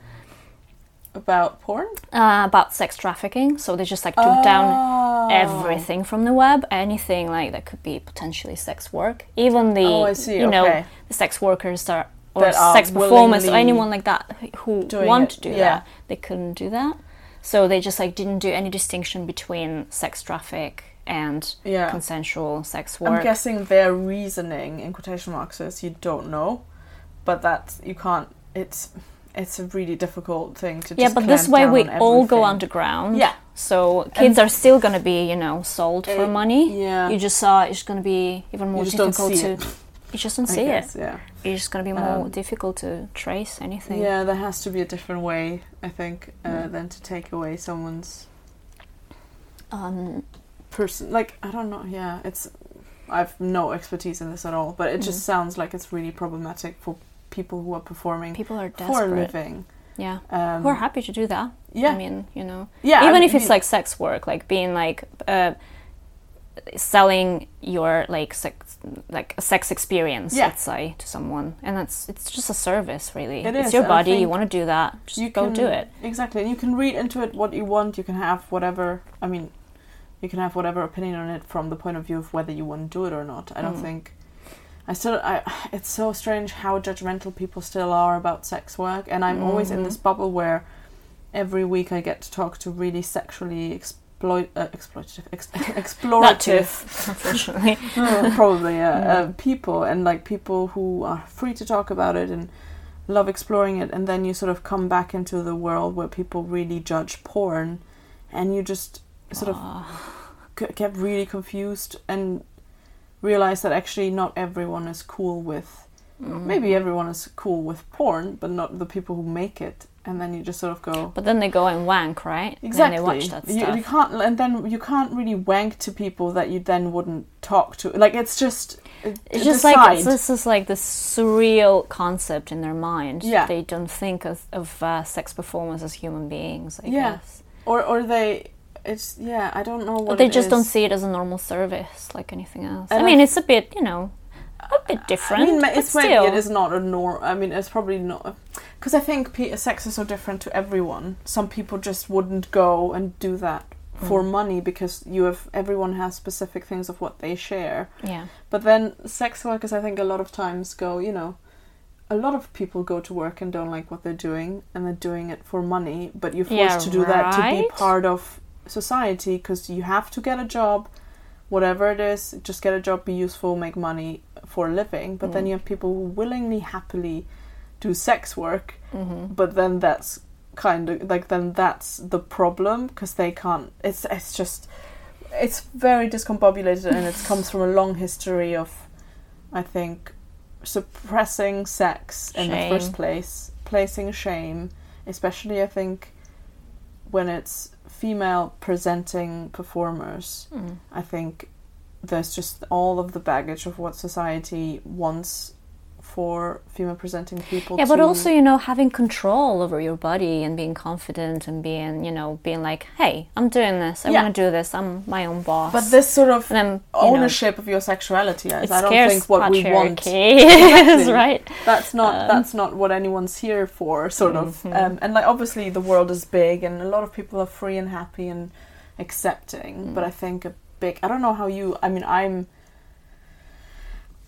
About porn? uh, about sex trafficking. So they just like took down Oh. everything from the web, anything like that could be potentially sex work. Even the Oh, I see, you know okay. the sex workers are or That are sex performers or willingly anyone like that who doing want it, to do yeah. that, they couldn't do that. So they just like didn't do any distinction between sex traffic and Yeah. consensual sex I'm work. guessing their reasoning in quotation marks is you don't know, but that's you can't. It's it's a really difficult thing to. Just yeah, but this clamp way down we on all go everything. underground. Yeah. So kids are still gonna be, you know, sold for Eh, money. yeah. You just saw it's gonna be even more just don't difficult see to. it. You just don't I see it. guess, Yeah, it's just going to be more Um, difficult to trace anything. yeah. There has to be a different way, I think, uh, Mm. than to take away someone's Um, person. Like I don't know. Yeah, it's. I've no expertise in this at all, but it Mm-hmm. just sounds like it's really problematic for people who are performing people are for a desperate. living. Yeah. Um, We're happy to do that. Yeah, I mean, you know. yeah. Even I if it's mean- like sex work, like being like uh, selling your like sex like a sex experience, Yeah. let's say, to someone. And that's it's just a service really. It it's is, your and I body, you think want to do that, just go do it. Exactly. And you can read into it what you want. You can have whatever, I mean, you can have whatever opinion on it from the point of view of whether you want to do it or not. I don't Mm. think. I still, I, it's so strange how judgmental people still are about sex work. And I'm always in Mhm. this bubble where every week I get to talk to really sexually exploit, uh, exploitative, ex- <laughs> Not to, explorative <laughs> <laughs> unfortunately. Uh, probably <laughs> yeah Mm. uh, people and like people who are free to talk about it and love exploring it and then you sort of come back into the world where people really judge porn and you just sort of Ah, g- get really confused and realize that actually not everyone is cool with mm. maybe everyone is cool with porn but not the people who make it and then you just sort of go But then they go and wank, right? Exactly. And they watch that You, stuff. you can't, and then you can't really wank to people that you then wouldn't talk to. Like it's just, It's just like it's- this is like this surreal concept in their mind. Yeah. They don't think of, of uh, sex performers as human beings, I Yeah. guess. or or they, it's yeah. I don't know what But they it just don't is. see it as a normal service like anything else. I And mean, I- it's a bit, you know, a bit different. I mean, ma- but it's maybe still. it is not a norm. I mean, it's probably not because I think pe- sex is so different to everyone. Some people just wouldn't go and do that for Mm. money because you have everyone has specific things of what they share. Yeah. But then sex workers, I think a lot of times go, you know, a lot of people go to work and don't like what they're doing, and they're doing it for money. But you're forced Yeah, to do that to be right. part of society because you have to get a job whatever it is, just get a job, be useful, make money for a living. But then you have people who willingly, happily do sex work, Mm-hmm. but then that's kind of like then that's the problem because they can't. It's it's just it's very discombobulated and it comes from a long history of, I think, suppressing sex in the Shame. first place, placing shame, especially I think when it's female presenting performers. Mm. I think there's just all of the baggage of what society wants for female presenting people. Yeah, but to- also you know having control over your body and being confident and being you know being like, hey, I'm doing this. I Yeah. want to do this. I'm my own boss. But this sort of and I'm, you ownership of your sexuality Know, is, it I don't scares think, what we want. patriarchy <laughs> is Exactly. right. That's not Um, that's not what anyone's here for, sort of. Mhm. Um, and like obviously the world is big, and a lot of people are free and happy and accepting. But Mm. I think a big. I don't know how you. I mean, I'm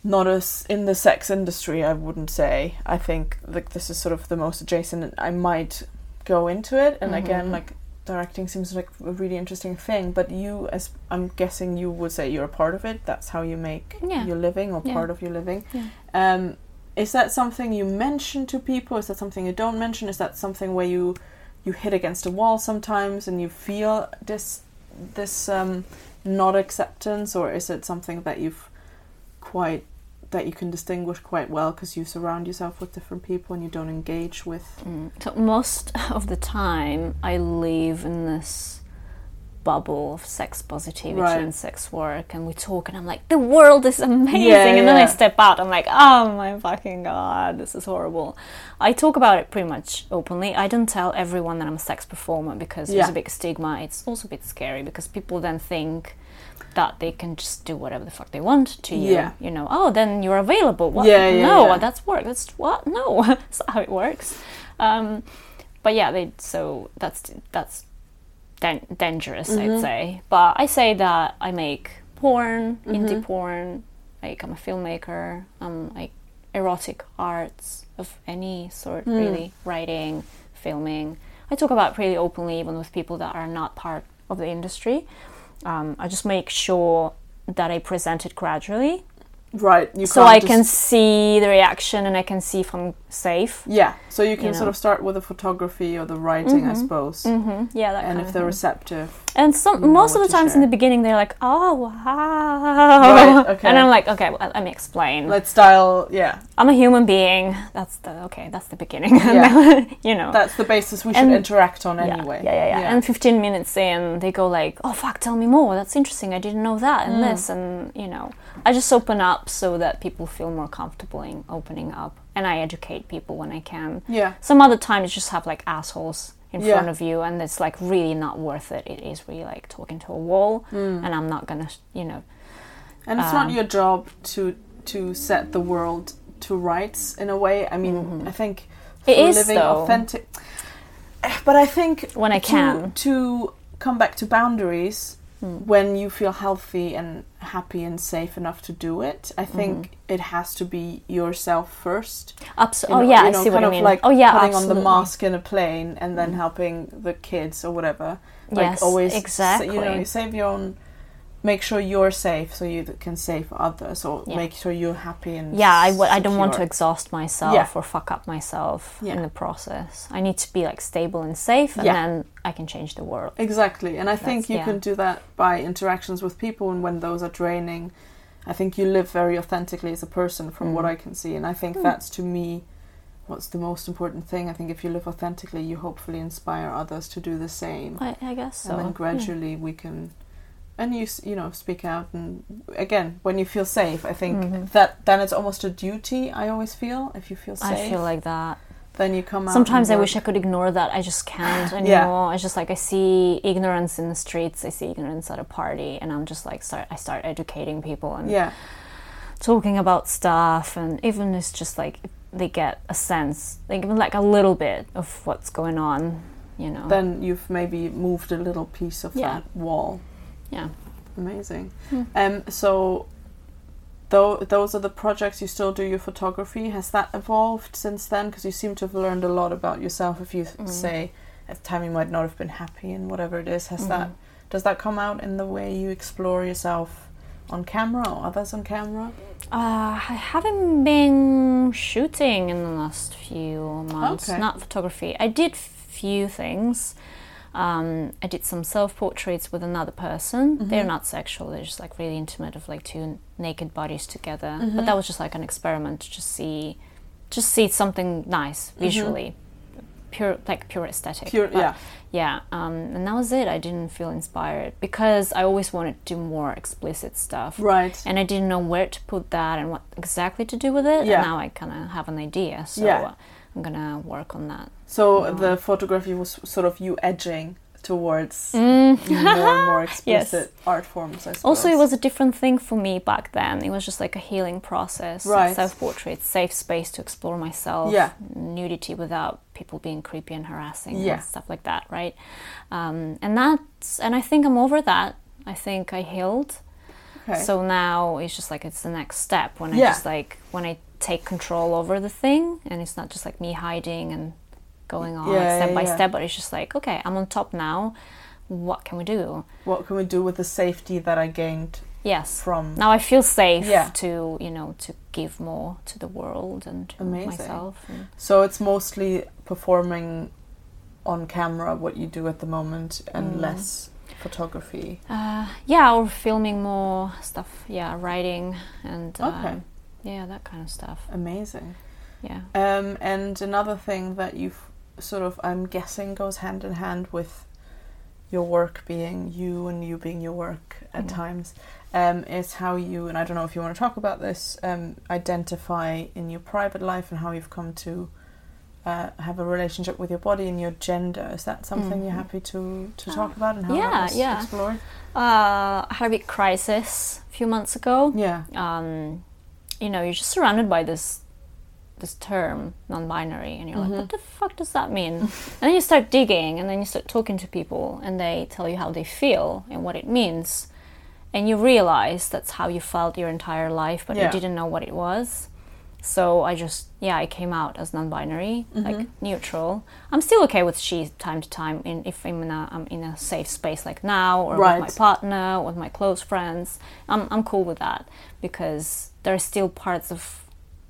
not as in the sex industry. I wouldn't say. I think like this is sort of the most adjacent. and I might go into it, and again, Mhm. like directing seems like a really interesting thing. But you, as I'm guessing, you would say you're a part of it. That's how you make Yeah. your living or Yeah. part of your living. Yeah. Um, is that something you mention to people? Is that something you don't mention? Is that something where you you hit against a wall sometimes and you feel this this um, not acceptance, or is it something that you've quite that you can distinguish quite well because you surround yourself with different people and you don't engage with? Mm. So most of the time, I live in this bubble of sex positivity Right. and sex work, and we talk, and I'm like, the world is amazing, Yeah, and then I yeah. step out, I'm like, oh my fucking god, this is horrible. I talk about it pretty much openly. I don't tell everyone that I'm a sex performer because there's a Yeah. big stigma. It's also a bit scary because people then think. That they can just do whatever the fuck they want to you. Yeah. You know, oh, then you're available. What? Yeah, yeah, no, yeah. that's work. That's what? No, <laughs> that's not how it works. Um, but yeah, they so that's that's dan- dangerous, Mm-hmm. I'd say. But I say that I make porn, Mm-hmm. indie porn. Like I'm a filmmaker. I'm like erotic arts of any sort, Hmm. really writing, filming. I talk about it pretty openly, even with people that are not part of the industry. Um, I just make sure that I present it gradually, Right, you so can't I just- can see the reaction and I can see if I'm safe. Yeah, so you can you know. sort of start with the photography or the writing, I suppose, hmm Yeah, that and kind if of they're thing. receptive. And some you know most of what the to times in share. the beginning they're like, "Oh wow," <laughs> Right, okay. and I'm like, "Okay, well, let me explain. Let's style, yeah. I'm a human being. That's the okay. That's the beginning. <laughs> Yeah. you know. That's the basis we should And- interact on yeah, anyway. Yeah, yeah, yeah, And 15 minutes in, they go like, "Oh fuck, tell me more. That's interesting. I didn't know that Mm. and this and you know." I just open up so that people feel more comfortable in opening up, and I educate people when I can. Yeah. Some other times, just have like assholes in Yeah. front of you, and it's like really not worth it. It is really like talking to a wall, Mm. and I'm not gonna, you know. And it's Um, not your job to to set the world to rights in a way. I mean, I think Mm-hmm. It for is, living though. authentic. But I think When I to- can. Hmm. to come back to boundaries when you feel healthy and happy and safe enough to do it. Mm-hmm. I think it has to be yourself first. Abso- You oh know- yeah, you I know, see what kind you of mean. Like oh yeah, putting absolutely. Mm-hmm. on the mask in a plane and then helping the kids or whatever. Like Yes, always, sa- you know, exactly. you save your own. Make sure you're safe so you th- can save others, or Yeah. make sure you're happy and Yeah, I, w- I don't want to secure. exhaust myself Yeah. or fuck up myself in Yeah. the process. I need to be like stable and safe, and Yeah. then I can change the world. Exactly, and I think That's- you yeah. can do that by interactions with people, and when those are draining, I think you live very authentically as a person, from Mm. what I can see, and I think Hmm. that's to me what's the most important thing. I think if you live authentically, you hopefully inspire others to do the same. I, I guess so. hmm. and then yeah. gradually we can and you s- you know speak out and again when you feel safe i think Mhm. that then it's almost a duty i always feel if you feel safe I feel like that. then you come out Sometimes I and wish I work. could ignore that. I just can't <gasps> anymore. Yeah. I just like I see ignorance in the streets. I see ignorance at a party, and I'm just like start. I start educating people and yeah talking about stuff and even it's just like they get a sense like even like a little bit of what's going on you know then you've maybe moved a little piece of Oh. Yeah. that wall yeah amazing Hmm. um so though those are the projects you still do your photography has that evolved since then because you seem to have learned a lot about yourself if you th- Mm. say at the time you might not have been happy and whatever it is has Mhm. that does that come out in the way you explore yourself on camera or others on camera? Uh, I haven't been shooting in the last few months. Okay. Not photography. I did few things. Um, I did some self portraits with another person. Mm-hmm. They're not sexual. They're just like really intimate of like two n- naked bodies together. Mm-hmm. But that was just like an experiment to just see, just see something nice visually, pure like pure aesthetic. Mm-hmm. Pure, But- <laughs> yeah. yeah, um, and that was it. I didn't feel inspired because I always wanted to do more explicit stuff. Right. And I didn't know where to put that and what exactly to do with it. Yeah. And now I kind of have an idea. So Yeah. uh, I'm going to work on that. So the photography was sort of you edging towards more and more explicit art forms, I suppose. <laughs> Also, it was a different thing for me back then. It was just like a healing process. Right. Self portrait, safe space to explore myself. Yeah. Nudity without people being creepy and harassing Yeah. and stuff like that, right? Um, and that's, and I think I'm over that. I think I healed. okay. So now it's just like it's the next step when I Yeah. just like when I take control over the thing and it's not just like me hiding and going on like Yeah, step by yeah. step, but it's just like okay, I'm on top now. What can we do? what can we do with the safety that I gained Yes. from? Now I feel safe Yeah. to you know to give more to the world and to Amazing. myself. And So it's mostly performing on camera what you do at the moment and Mm. less photography. uh, yeah, or filming more stuff. Yeah, writing and um, Okay. yeah, that kind of stuff. Amazing. Yeah. Um, and another thing that you've sort of, I'm guessing, goes hand in hand with your work being you and you being your work at Mhm. times um, is how you, and I don't know if you want to talk about this, um, identify in your private life and how you've come to. Uh, have a relationship with your body and your gender. Is that something you're Mhm. happy to, to Uh, talk about and how yeah, that was yeah. explored? Uh, I had a big crisis a few months ago. Yeah. um, you know, you're just surrounded by this this term non-binary, and you're Mm-hmm. like, what the fuck does that mean? and then you start digging, and then you start talking to people, and they tell you how they feel and what it means, and you realize that's how you felt your entire life, but Yeah. you didn't know what it was. So I just yeah, I came out as non-binary, like Mm-hmm. neutral. I'm still okay with she time to time, in if I'm in a I'm in a safe space like now, or Right. with my partner, with my close friends. I'm, I'm cool with that because there are still parts of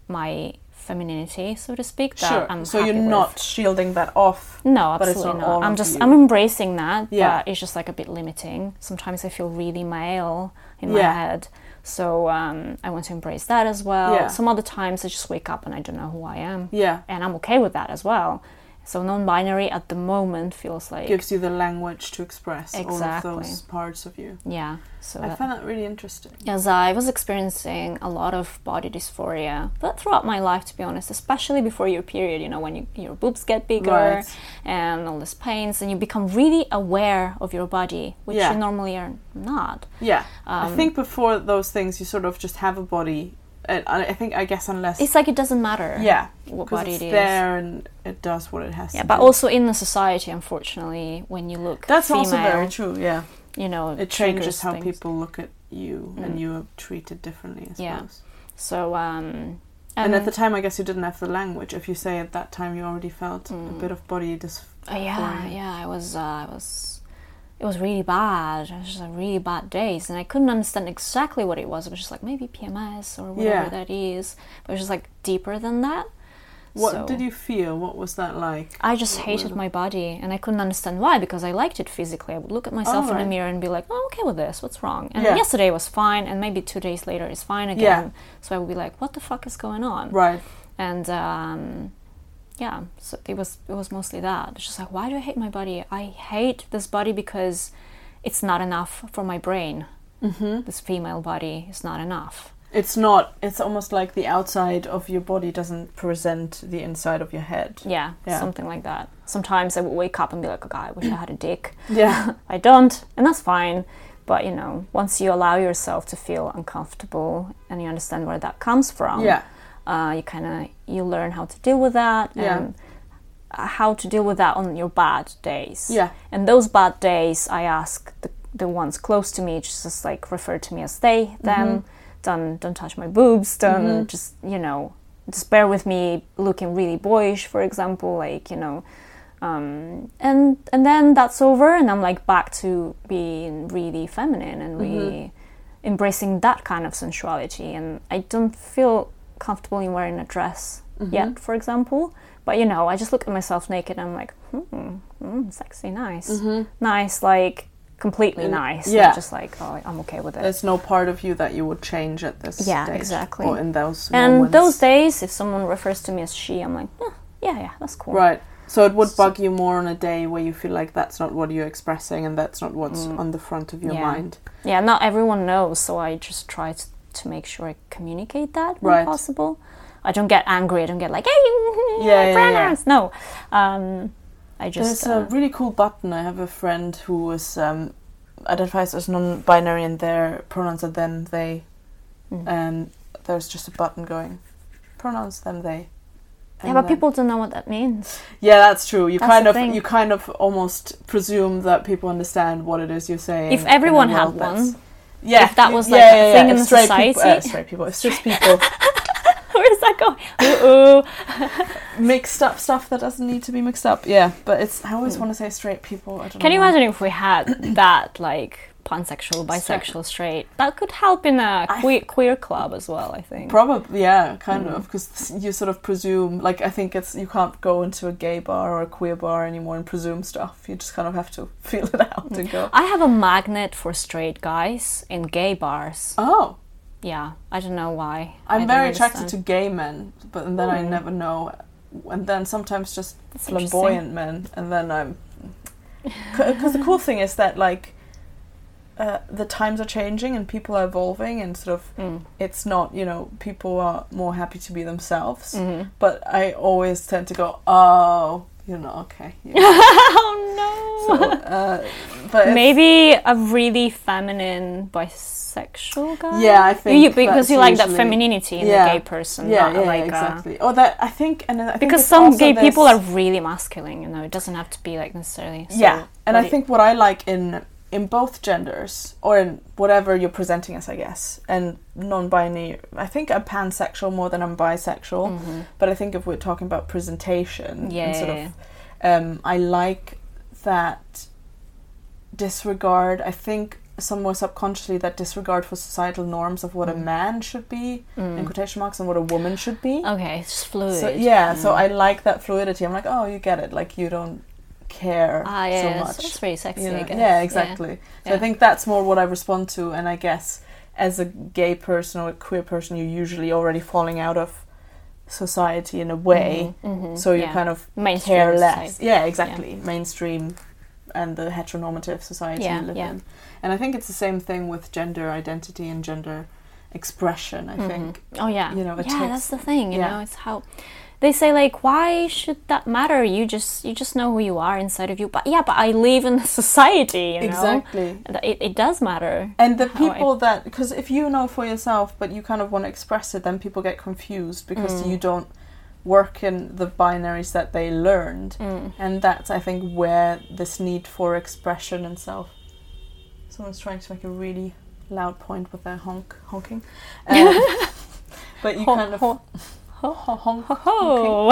my femininity, so to speak, that Sure. I'm so happy you're with. not shielding that off. No, but it's absolutely not not. all I'm of just you. I'm embracing that, Yeah. but it's just like a bit limiting. Sometimes I feel really male in my Yeah. head, so um, I want to embrace that as well. Yeah. Some other times I just wake up and I don't know who I am, Yeah. and I'm okay with that as well. So non-binary at the moment feels like Gives you the language to express all Exactly. of those parts of you. yeah. So I that- found that really interesting. as I was experiencing a lot of body dysphoria, but throughout my life, to be honest, especially before your period, you know, when you, your boobs get bigger Right. and all these pains, and you become really aware of your body, which Yeah. you normally are not. Um, Yeah, I think before those things, you sort of just have a body. And I I think, I guess, unless It's like it doesn't matter. yeah, what 'cause body it's it is. there and it does what it has. Yeah, to but do. also in the society, unfortunately, when you look that's female, also very true. Yeah, you know, it triggers changes how things. Mm. people look at you, and you are treated differently. I suppose. Yeah. So, um, And at um, the time, I guess you didn't have the language. If you say at that time you already felt a Mm. bit of body dysphoria. Uh, yeah, Boring. yeah, I was, uh, I was, it was really bad. It was just like really bad days, and I couldn't understand exactly what it was. It was just like maybe PMS or whatever Yeah. that is, but it was just like deeper than that. What So- did you feel? What was that like? I just What hated were- my body, and I couldn't understand why because I liked it physically. I would look at myself in right. the mirror and be like, "Oh, okay with this. What's wrong?" And Yeah. yesterday was fine, and maybe two days later is fine again. So I would be like, "What the fuck is going on?" Right. and um, yeah, so it was it was mostly that. It's just like, why do I hate my body? I hate this body because it's not enough for my brain. Mm-hmm. This female body is not enough. It's not. It's almost like the outside of your body doesn't present the inside of your head. Yeah, Yeah. something like that. Sometimes I would wake up and be like, okay, I wish I had a dick. Yeah. I don't, and that's fine. But you know, once you allow yourself to feel uncomfortable and you understand where that comes from, yeah. uh, you kind of you learn how to deal with that Yeah. and how to deal with that on your bad days Yeah. and those bad days i ask the, the ones close to me just, just, like refer to me as they them don't don't touch my boobs don't just you know just bear with me looking really boyish for example like you know um, and and then that's over and i'm like back to being really feminine and really embracing that kind of sensuality. And I don't feel comfortable in wearing a dress yet, for example. But you know, I just look at myself naked and I'm like, hmm, mm, sexy, nice, nice, like completely nice. not yeah. just like oh, I'm okay with it. There's no part of you that you would change at this Yeah, stage. exactly. Or in those and moments. those days, if someone refers to me as she, I'm like, "Huh, yeah, yeah, that's cool. Right. So it would bug you more on a day where you feel like that's not what you're expressing and that's not what's on the front of your Mm. Yeah. mind. Yeah, not everyone knows, so I just try to, to make sure I communicate that when Right. possible. I don't get angry. I don't get like, hey, <laughs> Yeah, yeah, pronouns. No, um, I just There's a uh, really cool button. I have a friend who was um, identifies as non-binary, and their pronouns are them, they, Mm. and there's just a button going, pronouns them, they. yeah, And but then- people don't know what that means. Yeah, that's true. You That's kind the of thing. you kind of almost presume that people understand what it is you're saying. If everyone in a had world that's- one, yeah, if that was, like, yeah, a yeah, thing yeah. in If the straight People, uh, society. straight people, it's just <laughs> people Where is that going? Ooh, mixed up stuff that doesn't need to be mixed up. Yeah, but it's I always want to say straight people. I don't Hmm. Can know you why. imagine if we had that, like pansexual, bisexual, straight? That could help in a I- queer, queer club as well. I think. Probably, yeah, kind Hmm. of, 'cause of, because you sort of presume. Like, I think it's you can't go into a gay bar or a queer bar anymore and presume stuff. You just kind of have to <laughs> feel it out and go. I have a magnet for straight guys in gay bars. Oh, Yeah, I don't know why. I'm I don't very attracted to understand. Oh. gay men, but and then I never know, and then sometimes just That's flamboyant men, and then <laughs> I'm. Because the cool thing is that like, uh, the times are changing and people are evolving, and sort of Mm. it's not you know people are more happy to be themselves. Mhm. But I always tend to go, oh, you know, okay. you <laughs> know." oh so, no. uh, but it's- Maybe a really feminine bisexual guy. Yeah, I think you, because that's you like that usually- femininity in Yeah. the gay person. yeah, not yeah, like, uh, exactly. Or that I think, and I think because it's some also gay this- people are really masculine. You know, it doesn't have to be like necessarily. so yeah, and I really- think what I like in in both genders or in whatever you're presenting as, I guess, and non-binary. I think I'm pansexual more than I'm bisexual, Mm. but I think if we're talking about presentation, Yeah, Mm-hmm. and sort yeah, of, um, I like that disregard. I think somewhere subconsciously that disregard for societal norms of what Mm. a man should be in quotation marks and what a woman should be. Okay, it's just fluid. Mm. So, yeah, so I like that fluidity. I'm like, oh, you get it. Like you don't care Ah, yeah, so yeah, much. That's, that's very sexy. you know? I guess. Yeah, exactly. So I yeah. think that's more what I respond to, and I guess as a gay person or a queer person, you're usually already falling out of society in a way, Mhm, so you yeah. kind of Mainstream care less. society. Yeah, exactly. Mainstream and the heteronormative society Yeah, we live yeah. in, and I think it's the same thing with gender identity and gender expression. I think Oh yeah. you know, it yeah, takes- that's the thing. You yeah. know, it's how they say like, why should that matter? You just you just know who you are inside of you. But yeah, but I live in <laughs> a society. You know, exactly. That It, it does matter. And the how I- people that, because if you know for yourself, but you kind of want to express it, then people get confused Mm. because you don't work in the binaries that they learned. And that's, I think, where this need for expression and self. Someone's trying to make a really loud point with their honk <laughs> honking. Um, but you Honk, kind of. honk. Ho- ho- honk. Oh,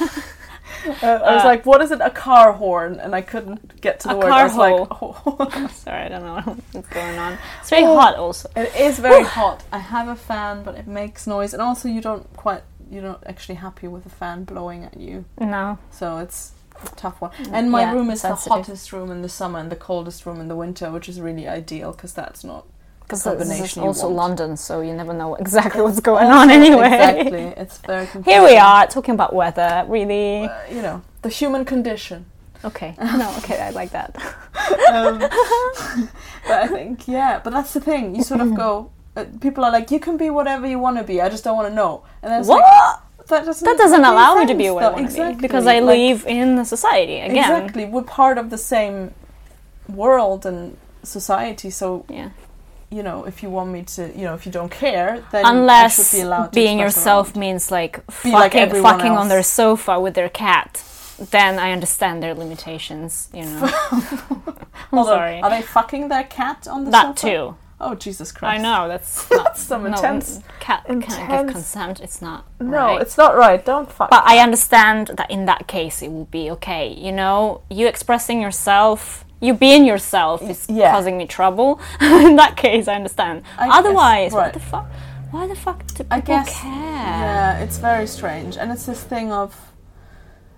Uh, I was Uh, like, what is it? A car horn. And I couldn't get to a the word. car I was like, <laughs> sorry, I don't know what's going on. It's very hot, also. It is very hot. I have a fan, but it makes noise, and also you don't quite you're not actually happy with the fan blowing at you, No, so it's a tough one. And my Mm, yeah, room is the sensitive. hottest room in the summer and the coldest room in the winter, which is really ideal because that's not because Combination this is you also want. London, so you never know exactly what's <laughs> going on. <laughs> Anyway, exactly. It's very <laughs> here we confusing. are talking about weather. Really? Uh, you know the human condition. <laughs> <laughs> Okay. No, okay, I like that. um, <laughs> but I <laughs> think yeah, but that's the thing. You sort of go. Uh, people are like, you can be whatever you want to be. I just don't want to know. And then it's What? like, that doesn't that doesn't make allow me to be sense, what I though. want to be Exactly. because I Like, live in the society again. Exactly. We're part of the same world and society, so Yeah. you know, if you want me to, you know, if you don't care, then I Unless should be allowed to being express yourself around. means like Be fucking, like everyone fucking on else. their sofa with their cat, then I understand their limitations. You <laughs> know. I'm Hold on, sorry. Are they fucking their cat on the That sofa? too. Oh Jesus I Christ! <laughs> know that's not some no, intense- Cat can't intense- give consent. It's not. No, right. it's not right. Don't fuck. But I understand that in that case it will be okay. You know, you expressing yourself you being yourself is yeah. causing me trouble. <laughs> In that case, I understand. I guess, Otherwise, right. what the fuck? Why the fuck do people I guess. care? Yeah, it's very strange, and it's this thing of,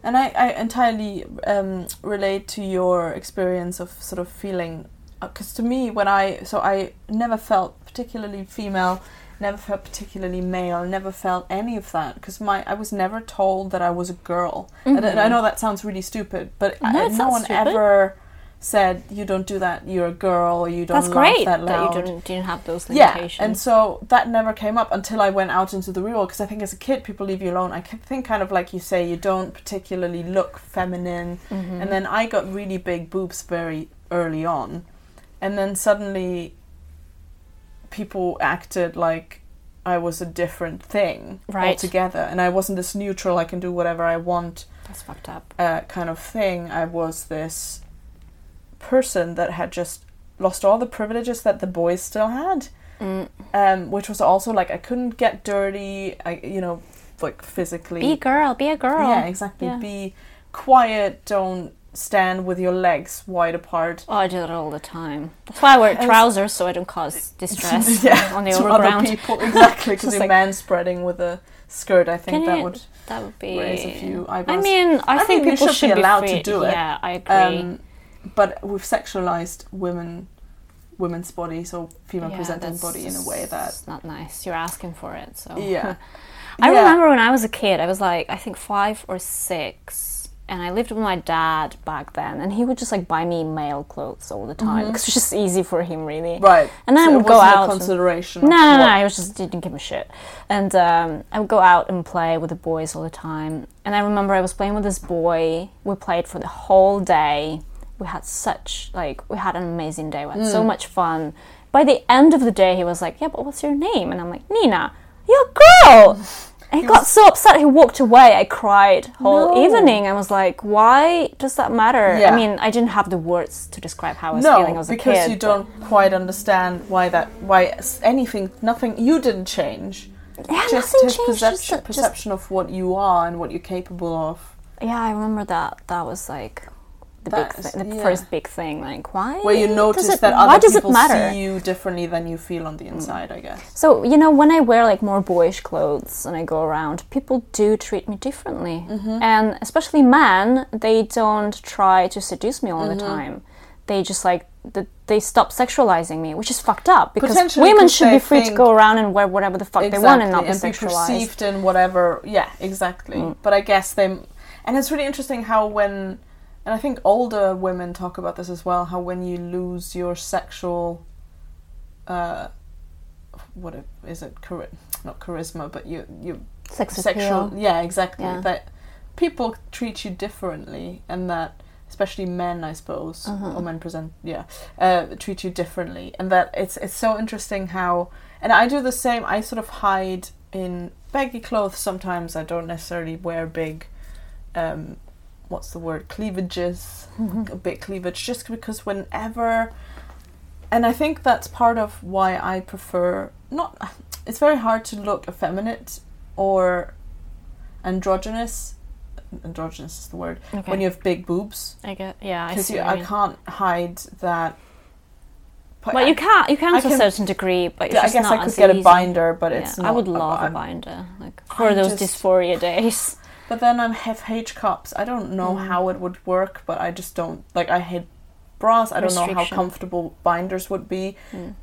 and I, I entirely um, relate to your experience of sort of feeling, because to me, when I so I never felt particularly female, never felt particularly male, never felt any of that, because my I was never told that I was a girl, and, I- and I know that sounds really stupid, but Mm-hmm. No, I- it no sounds one stupid. ever said you don't do that, you're a girl, you don't That's laugh great that that, loud. you don't, didn't have those Yeah, limitations. and so that never came up until I went out into the real world because I think as a kid people leave you alone. I ca- think kind of like you say you don't particularly look feminine, Mm-hmm. and then I got really big boobs very early on, and then suddenly people acted like I was a different thing Right. altogether, and I wasn't this neutral. I can do whatever I want That's fucked up. uh, kind of thing. I was this person that had just lost all the privileges that the boys still had, Mm. um, which was also like I couldn't get dirty. I, you know, like physically. Be a girl. Be a girl. Yeah, exactly. Yeah. Be quiet. Don't stand with your legs wide apart. Oh, I do that all the time. That's why I wear was- trousers so I don't <laughs> cause distress yeah, on the to overground. other <laughs> people exactly because Just you're like- man spreading with a skirt. I think Can that you- would. That would be. raise a few I eyebrows. mean, I, I think mean, you people should be be allowed to free. do it. Yeah, I agree. Um, but we've sexualized women, women's bodies or female Yeah, presenting that's body in a way that <laughs> just not nice. You're asking for it, so <laughs> Yeah. I Yeah. remember when I was a kid, I was like, I think five or six, and I lived with my dad back then, and he would just like buy me male clothes all the time Mm-hmm. <laughs> because it's just easy for him, really. Right. And then so I it would go wasn't out. A and- consideration. No, of no, no. what- I was just didn't give a shit. And um, I would go out and play with the boys all the time. And I remember I was playing with this boy. We played for the whole day. We had such like we had an amazing day. We had Hmm. so much fun. By the end of the day, he was like, "Yeah, but what's your name?" And I'm like, "Nina, you're <laughs> a girl." And he got so upset. He walked away. I cried whole No. evening. I was like, "Why does that matter?" Yeah. I mean, I didn't have the words to describe how I was No, feeling as a kid. because you but- don't quite understand why that, why s- anything, nothing, you didn't change. Yeah, just nothing his changed, perception, just- just- perception of what you are and what you're capable of. Yeah, I remember that. That was like the That big is- thing, the yeah. first big thing. Like why? Where you does notice it- that why other does it people matter? Mm. see you differently than you feel on the inside, I guess. So you know, when I wear like more boyish clothes and I go around, people do treat me differently, Mm-hmm. and especially men, they don't try to seduce me all Mm-hmm. the time. They just like th- they stop sexualizing me, which is fucked up because Potentially women 'cause should they be free to think- go around and wear whatever the fuck they want and not be and be sexualized. Mm. perceived in whatever. Yeah, exactly. But I guess they, and it's really interesting how when, and I think older women talk about this as well. How when you lose your sexual, uh, what it- is it? Chari- not charisma, but you you Sex sexual. appeal. Yeah, exactly. Yeah. That people treat you differently, and that especially men, I suppose, Uh-huh. or men present, yeah, uh, treat you differently, and that it's it's so interesting how. And I do the same. I sort of hide in baggy clothes sometimes. I don't necessarily wear big. Um, what's the word cleavages Mm-hmm. a bit cleavage just because whenever and i think that's part of why i prefer not it's very hard to look effeminate or androgynous androgynous is the word Okay. when you have big boobs I get, yeah, I because see. you, what you i mean. can't hide that but Well, you can you can I to a can- certain degree, but it's I just guess not I could as get a easy. binder, but it's yeah, not. I would love a I'm- binder, like for I those just- dysphoria <laughs> days. But then I'm have H cups. I don't know Mm. how it would work, but I just don't like. I hate bras. I don't know how Restriction. comfortable binders would be.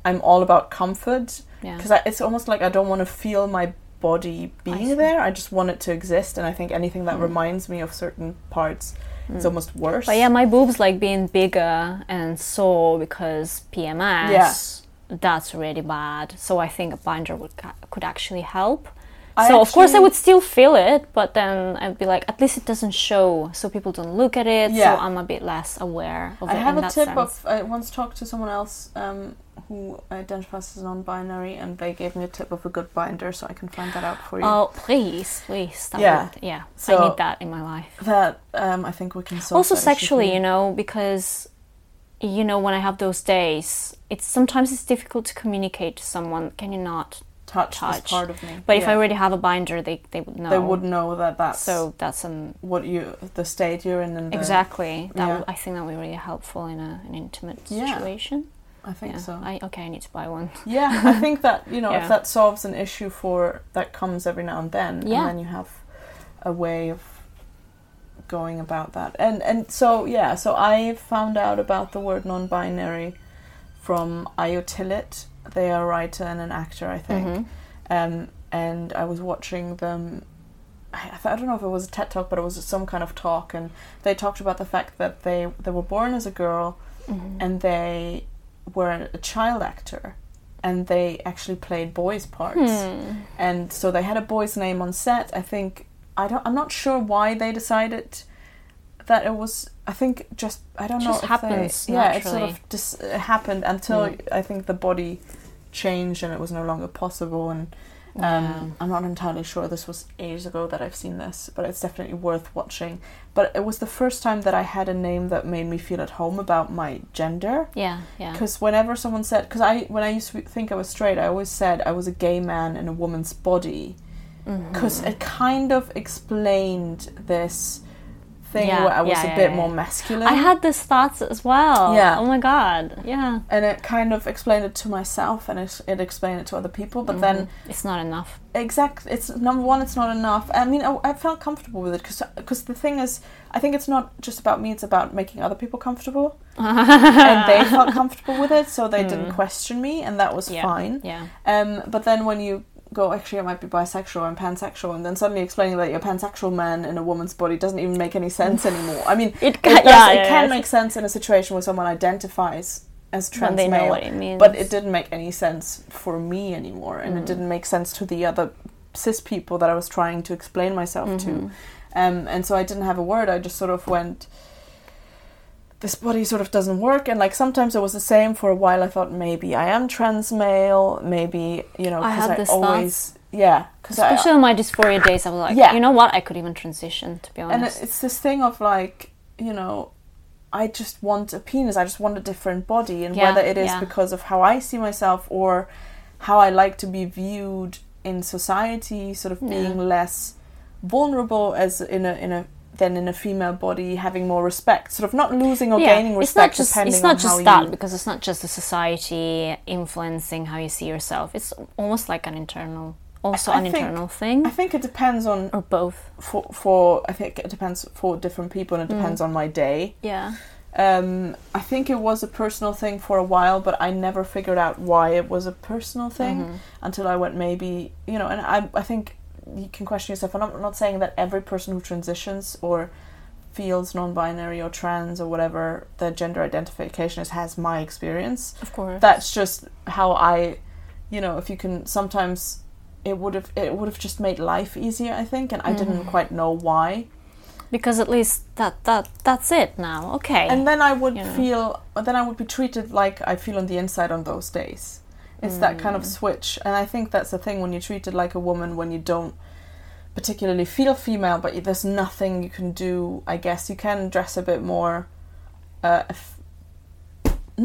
I'm all about comfort Mm, Yeah. because it's almost like I don't want to feel my body see. Hmm. being there. I just want it to exist, and I think anything that reminds me of certain parts is almost worse. mm. But yeah, my boobs like being bigger and sore because PMS. That's really bad. So I think a binder would ca- could actually help. I so of course I actually- would still feel it, but then I'd be like, at least it doesn't show, so people don't look at it. Yeah. So I'm a bit less aware of I it. have in a that tip sense. of. I once talked to someone else um, who identifies as non-binary, and they gave me a tip of a good binder, so I can find that out for you. Oh please, please! That Yeah. yeah, would, yeah. I So- need that in my life. that um, I think we can solve also that issue for sexually you. you know because you know when i have those days it's sometimes it's difficult to communicate to someone can you not touch, touch. Touch. part of me. But if I Yeah. already have a binder, they, they would know. they would know that that's So that's um, what you the state you're in and the- exactly that. yeah. would- I think that would be really helpful in a, an intimate Yeah. situation. I think yeah. so. I, okay, I need to buy one. yeah, <laughs> I think that you know Yeah. if that solves an issue for that comes every now and then, Yeah. and then you have a way of going about that. And and so yeah, so I found out about the word non-binary from Ayotilit. They are a writer and an actor, I think. Mhm. um, and I was watching them. I, I th- I don't know if it was a TED talk, but it was some kind of talk, and they talked about the fact that they they were born as a girl Mhm. and they were a child actor, and they actually played boys' parts, Hmm. and so they had a boy's name on set. I think I don't. I'm not sure why they decided that it was. I think just I don't know. Just if happens They, yeah, it sort naturally. of just uh, happened until Mm. I think the body changed and it was no longer possible and. Yeah. Um, I'm not entirely sure. This was ages ago that I've seen this, but it's definitely worth watching. But it was the first time that I had a name that made me feel at home about my gender. yeah, yeah. Because whenever someone said, because I when I used to think I was straight, I always said I was a gay man in a woman's body. Because Mhm. it kind of explained this thing Yeah, where I was yeah, a yeah, bit yeah. more masculine. I had these thoughts as well. Yeah. Oh my god. Yeah. and it kind of explained it to myself, and it, it explained it to other people. But then Mhm. it's not enough. exactly it's number one it's not enough i mean i, I felt comfortable with it because the thing is i think it's not just about me it's about making other people <laughs> comfortable and they felt comfortable with it so they didn't Mm. question me and that was Yeah. fine yeah. um, but then when you go actually i might be bisexual and pansexual and then suddenly explaining that you're a pansexual man in a woman's body doesn't even make any sense anymore i mean It it, can, does, <laughs> yeah, it yeah, can yeah. make sense in a situation where someone identifies as trans when they know male what it means. but it didn't make any sense for me anymore and it Mm. didn't make sense to the other cis people that i was trying to explain myself Mm-hmm. to um, and so i didn't have a word i just sort of went this body sort of doesn't work and like sometimes it was the same for a while i thought maybe i am trans male maybe you know I because had i, these always yeah because i Especially on my dysphoria days, I was like, uh, Yeah. you know what? I could even transition, to be and honest. it- it's this thing of like you know i just want a penis i just want a different body and Yeah, whether it is yeah. because of how i see myself or how i like to be viewed in society sort of Yeah. being less vulnerable as in a in a than in a female body having more respect sort of not losing or gaining it's not respect just depending it's not on just how that you because it's not just the society influencing how you see yourself. It's almost like an internal, also I an think- internal thing i think it depends on or both. for, for i think it depends for different people and it Mm. depends on my day Yeah, Um, I think it was a personal thing for a while, but I never figured out why it was a personal thing Mm-hmm. until I went maybe you know. And I I think you can question yourself. And I'm not saying that every person who transitions or feels non-binary or trans or whatever their gender identification is has my experience. of course. That's just how I, you know, if you can sometimes it would have it would have just made life easier. I think, and I didn't Mhm. quite know why. because at least that that that's it now. Okay. and then I would you know. feel, then I would be treated like I feel on the inside on those days. It's that kind of Mm. switch, and I think that's the thing when you're treated like a woman when you don't particularly feel female, but there's nothing you can do. I guess you can dress a bit more, uh, eff-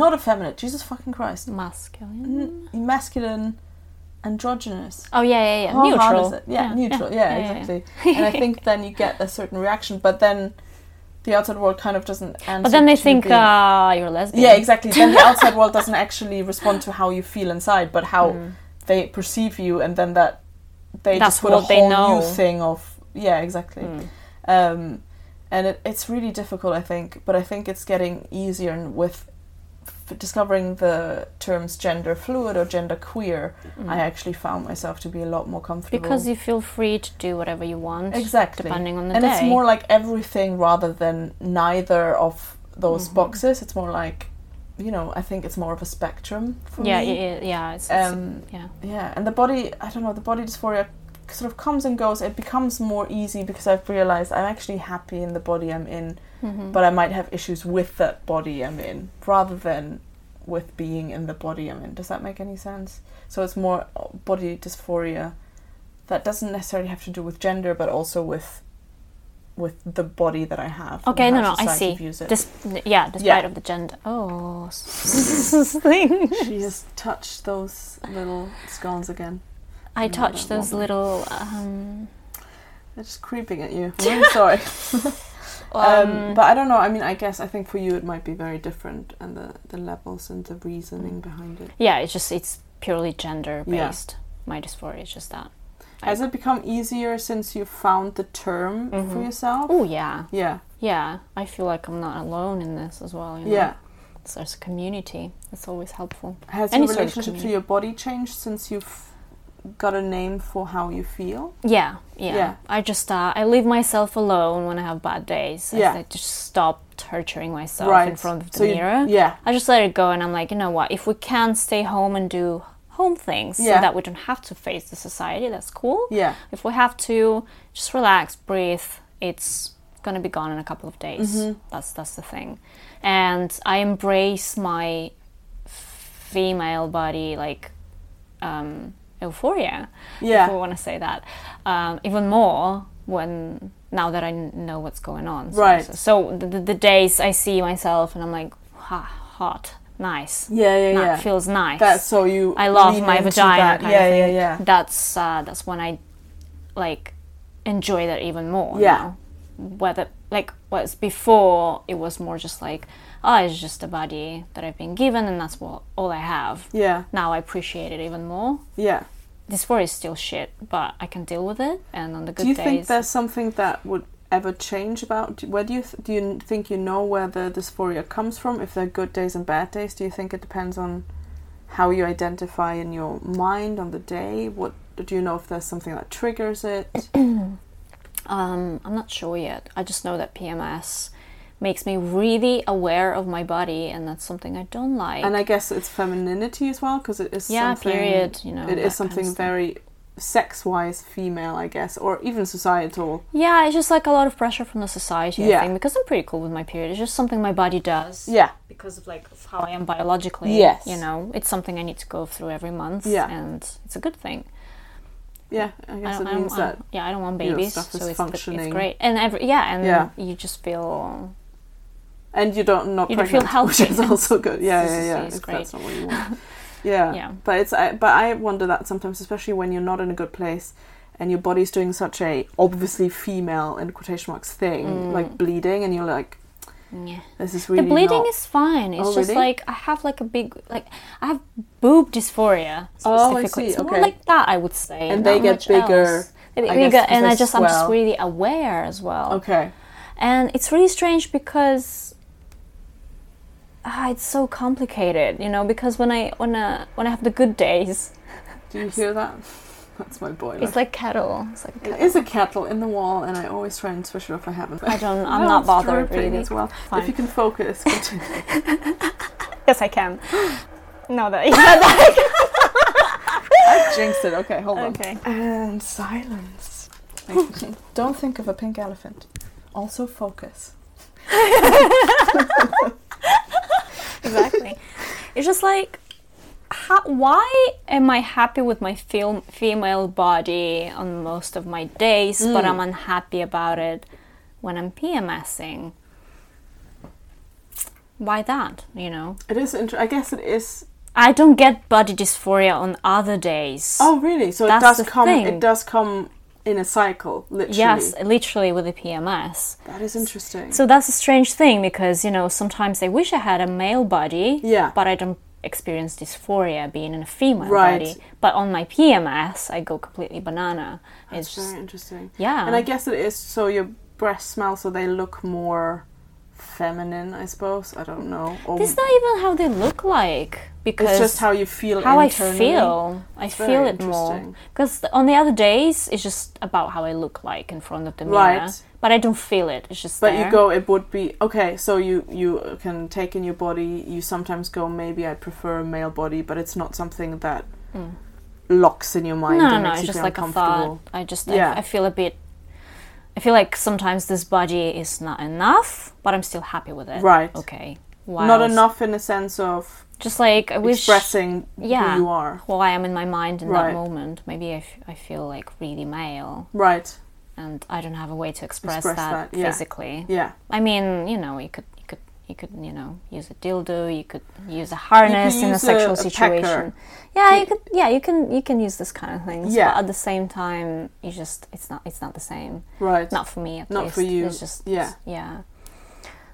not effeminate. Jesus fucking Christ, masculine. N- masculine, androgynous. Oh yeah, Mm. yeah, yeah. How neutral. hard is it? Yeah, neutral. Yeah, exactly. <laughs> and I think then you get a certain reaction, but then the outside world kind of doesn't. But then answer to they you think being- uh, you're lesbian. yeah, exactly. <laughs> Then the outside world doesn't actually respond to how you feel inside, but how Mm. they perceive you, and then that they That's just put a what they whole know. new thing of yeah, exactly. Mm. Um, and it, it's really difficult, I think, but I think it's getting easier and with f- discovering the terms gender fluid or gender queer. Mm. I actually found myself to be a lot more comfortable because you feel free to do whatever you want, exactly depending on the and day. it's more like everything rather than neither of those Mhm. boxes it's more like you know i think it's more of a spectrum for yeah, me yeah, yeah. It's, it's- um yeah. yeah and the body i don't know the body dysphoria sort of comes and goes it becomes more easy because i've realized i'm actually happy in the body i'm in Mhm. but i might have issues with that body i'm in rather than with being in the body i'm in does that make any sense so it's more uh, body dysphoria that doesn't necessarily have to do with gender but also with with the body that i have and Okay, no, how no, I society see. views it. <laughs> Dis- yeah, despite of the gender. Oh, <laughs> s- thing. <laughs> she has touched those little skulls again I touched those little. Um, They're just creeping at <laughs> you. I'm really sorry. Um, but I don't know. I mean, I guess I think for you it might be very different, and the the levels and the reasoning behind it. yeah, it's just it's purely gender based. My dysphoria is just that. Has it become easier since you found the term for Mhm. yourself? Oh yeah, Yeah, yeah. I feel like I'm not alone in this as well. You know? yeah. So there's a community. It's always helpful. Has Any your sort of relationship to community. your body changed since you've got a name for how you feel? Yeah, yeah. Yeah. I just uh, I leave myself alone when I have bad days. I- Yeah. I, just stop torturing myself in front of the So you- mirror. yeah, I just let it go, and I'm like, you know what? If we can stay home and do home things, Yeah. so that we don't have to face the society, that's cool. yeah, If we have to, just relax, breathe. It's gonna be gone in a couple of days. Mm-hmm. That's that's the thing, and I embrace my female body like um, euphoria yeah. if we want to say that. Um, even more when now that I kn- know what's going on. So, Right. So, so the, the days I see myself and I'm like, ha, hot, nice, Yeah, yeah, that yeah. feels nice. That's so you. I love lean my into vagina. that. kind yeah, of yeah, thing. yeah. That's uh, that's when I like enjoy that even more. Yeah. now. Whether like was before, it was more just like, oh, it's just a body that I've been given, and that's what all I have. Yeah, Now I appreciate it even more yeah. dysphoria is still shit, but I can deal with it. And on the good do you days, think there's something that would ever change about do- where do you th- do you n- think you know where the dysphoria comes from if they're good days and bad days do you think it depends on how you identify in your mind on the day what do you know if there's something that triggers it um, I'm not sure yet. I just know that PMS makes me really aware of my body, and that's something I don't like. and i guess it's femininity as well because it is yeah, something period. You know, it that is something kind of stuff. very sex-wise female i guess or even societal Yeah, it's just like a lot of pressure from the society. Yeah. I think because I'm pretty cool with my period. It's just something my body does. yeah Because of like of how I am biologically. Yes. You know, it's something I need to go through every month. Yeah. And it's a good thing. yeah i guess don't- it means don't- that don't- yeah, I don't want you know, babies, stuff is so it's, functioning. it's great. And every yeah, and Yeah. you just feel and you don't not You don't pregnant, <laughs> feel healthy. which is also good. Yeah, This yeah, is- yeah. is If great. that's not what you want. Yeah. <laughs> Yeah. But it's I, but I wonder that sometimes, especially when you're not in a good place and your body's doing such a obviously female in quotation marks thing, Mm. like bleeding, and you're like, yeah. this is really the bleeding not- is fine. It's Oh, just really? like I have like a big like I have boob dysphoria Oh, I specifically. see, It's more okay. like that I would say. And not they get much bigger, else. They get I guess, bigger, because and I they just I'm swell. just really aware as well. okay. And it's really strange because ah, it's so complicated, you know. Because when I when I when I have the good days, Do you hear that? <laughs> That's my boiler. it's like kettle. It's like a it kettle. is a kettle in the wall, and I always try and switch it off. I haven't. I don't. <laughs> I'm No, not it's bothered dripping really. as well. Fine. If you can focus, <laughs> continue. Yes, I can. <gasps> no, <laughs> that you said that. I jinxed it. Okay, hold on. Okay. And silence. <laughs> Don't think of a pink elephant. Also focus. exactly. It's just like, how, why am I happy with my fem- female body on most of my days, but I'm unhappy about it when I'm PMSing? Why that? You know, It is. Inter- I guess it is. I don't get body dysphoria on other days. Oh, really? So That's it does the come. thing. It does come in a cycle, literally. yes, literally with the PMS. That is interesting. So that's a strange thing because, you know, sometimes I wish I had a male body, Yeah. but I don't experience dysphoria being in a female Right. body. But on my PMS, I go completely banana. It's just, Very interesting. yeah. And I guess it is. So your breasts smell, so they look more feminine, I suppose. I don't know. Or This is not even how they look like because it's just how you feel. how I internally. feel. I It's feel very it more. interesting. Because on the other days, it's just about how I look like in front of the mirror. Right. But I don't feel it. It's just But there. you go, it would be okay. So you you can take in your body. You sometimes go, maybe I prefer a male body, but it's not something that locks in your mind. Mm. No, and no, makes you it's just feel like a thought. uncomfortable. I just, Yeah. I, I feel a bit. I feel like sometimes this body is not enough, but I'm still happy with it. Right. Okay. Wow. Not enough in a sense of Just like I wish. expressing yeah. who you are. Well, I am in my mind in Right. that moment. Maybe I, f- I feel like really male, Right. and I don't have a way to express, Express that, that, yeah. physically. Yeah. I mean, you know, you could you could you could you know use a dildo you could use a harness in a use a- sexual a situation pecker. yeah you could yeah you can you can use this kind of things Yeah. but at the same time you just it's not it's not the same Right. not for me at Not least for you. it's just Yeah. yeah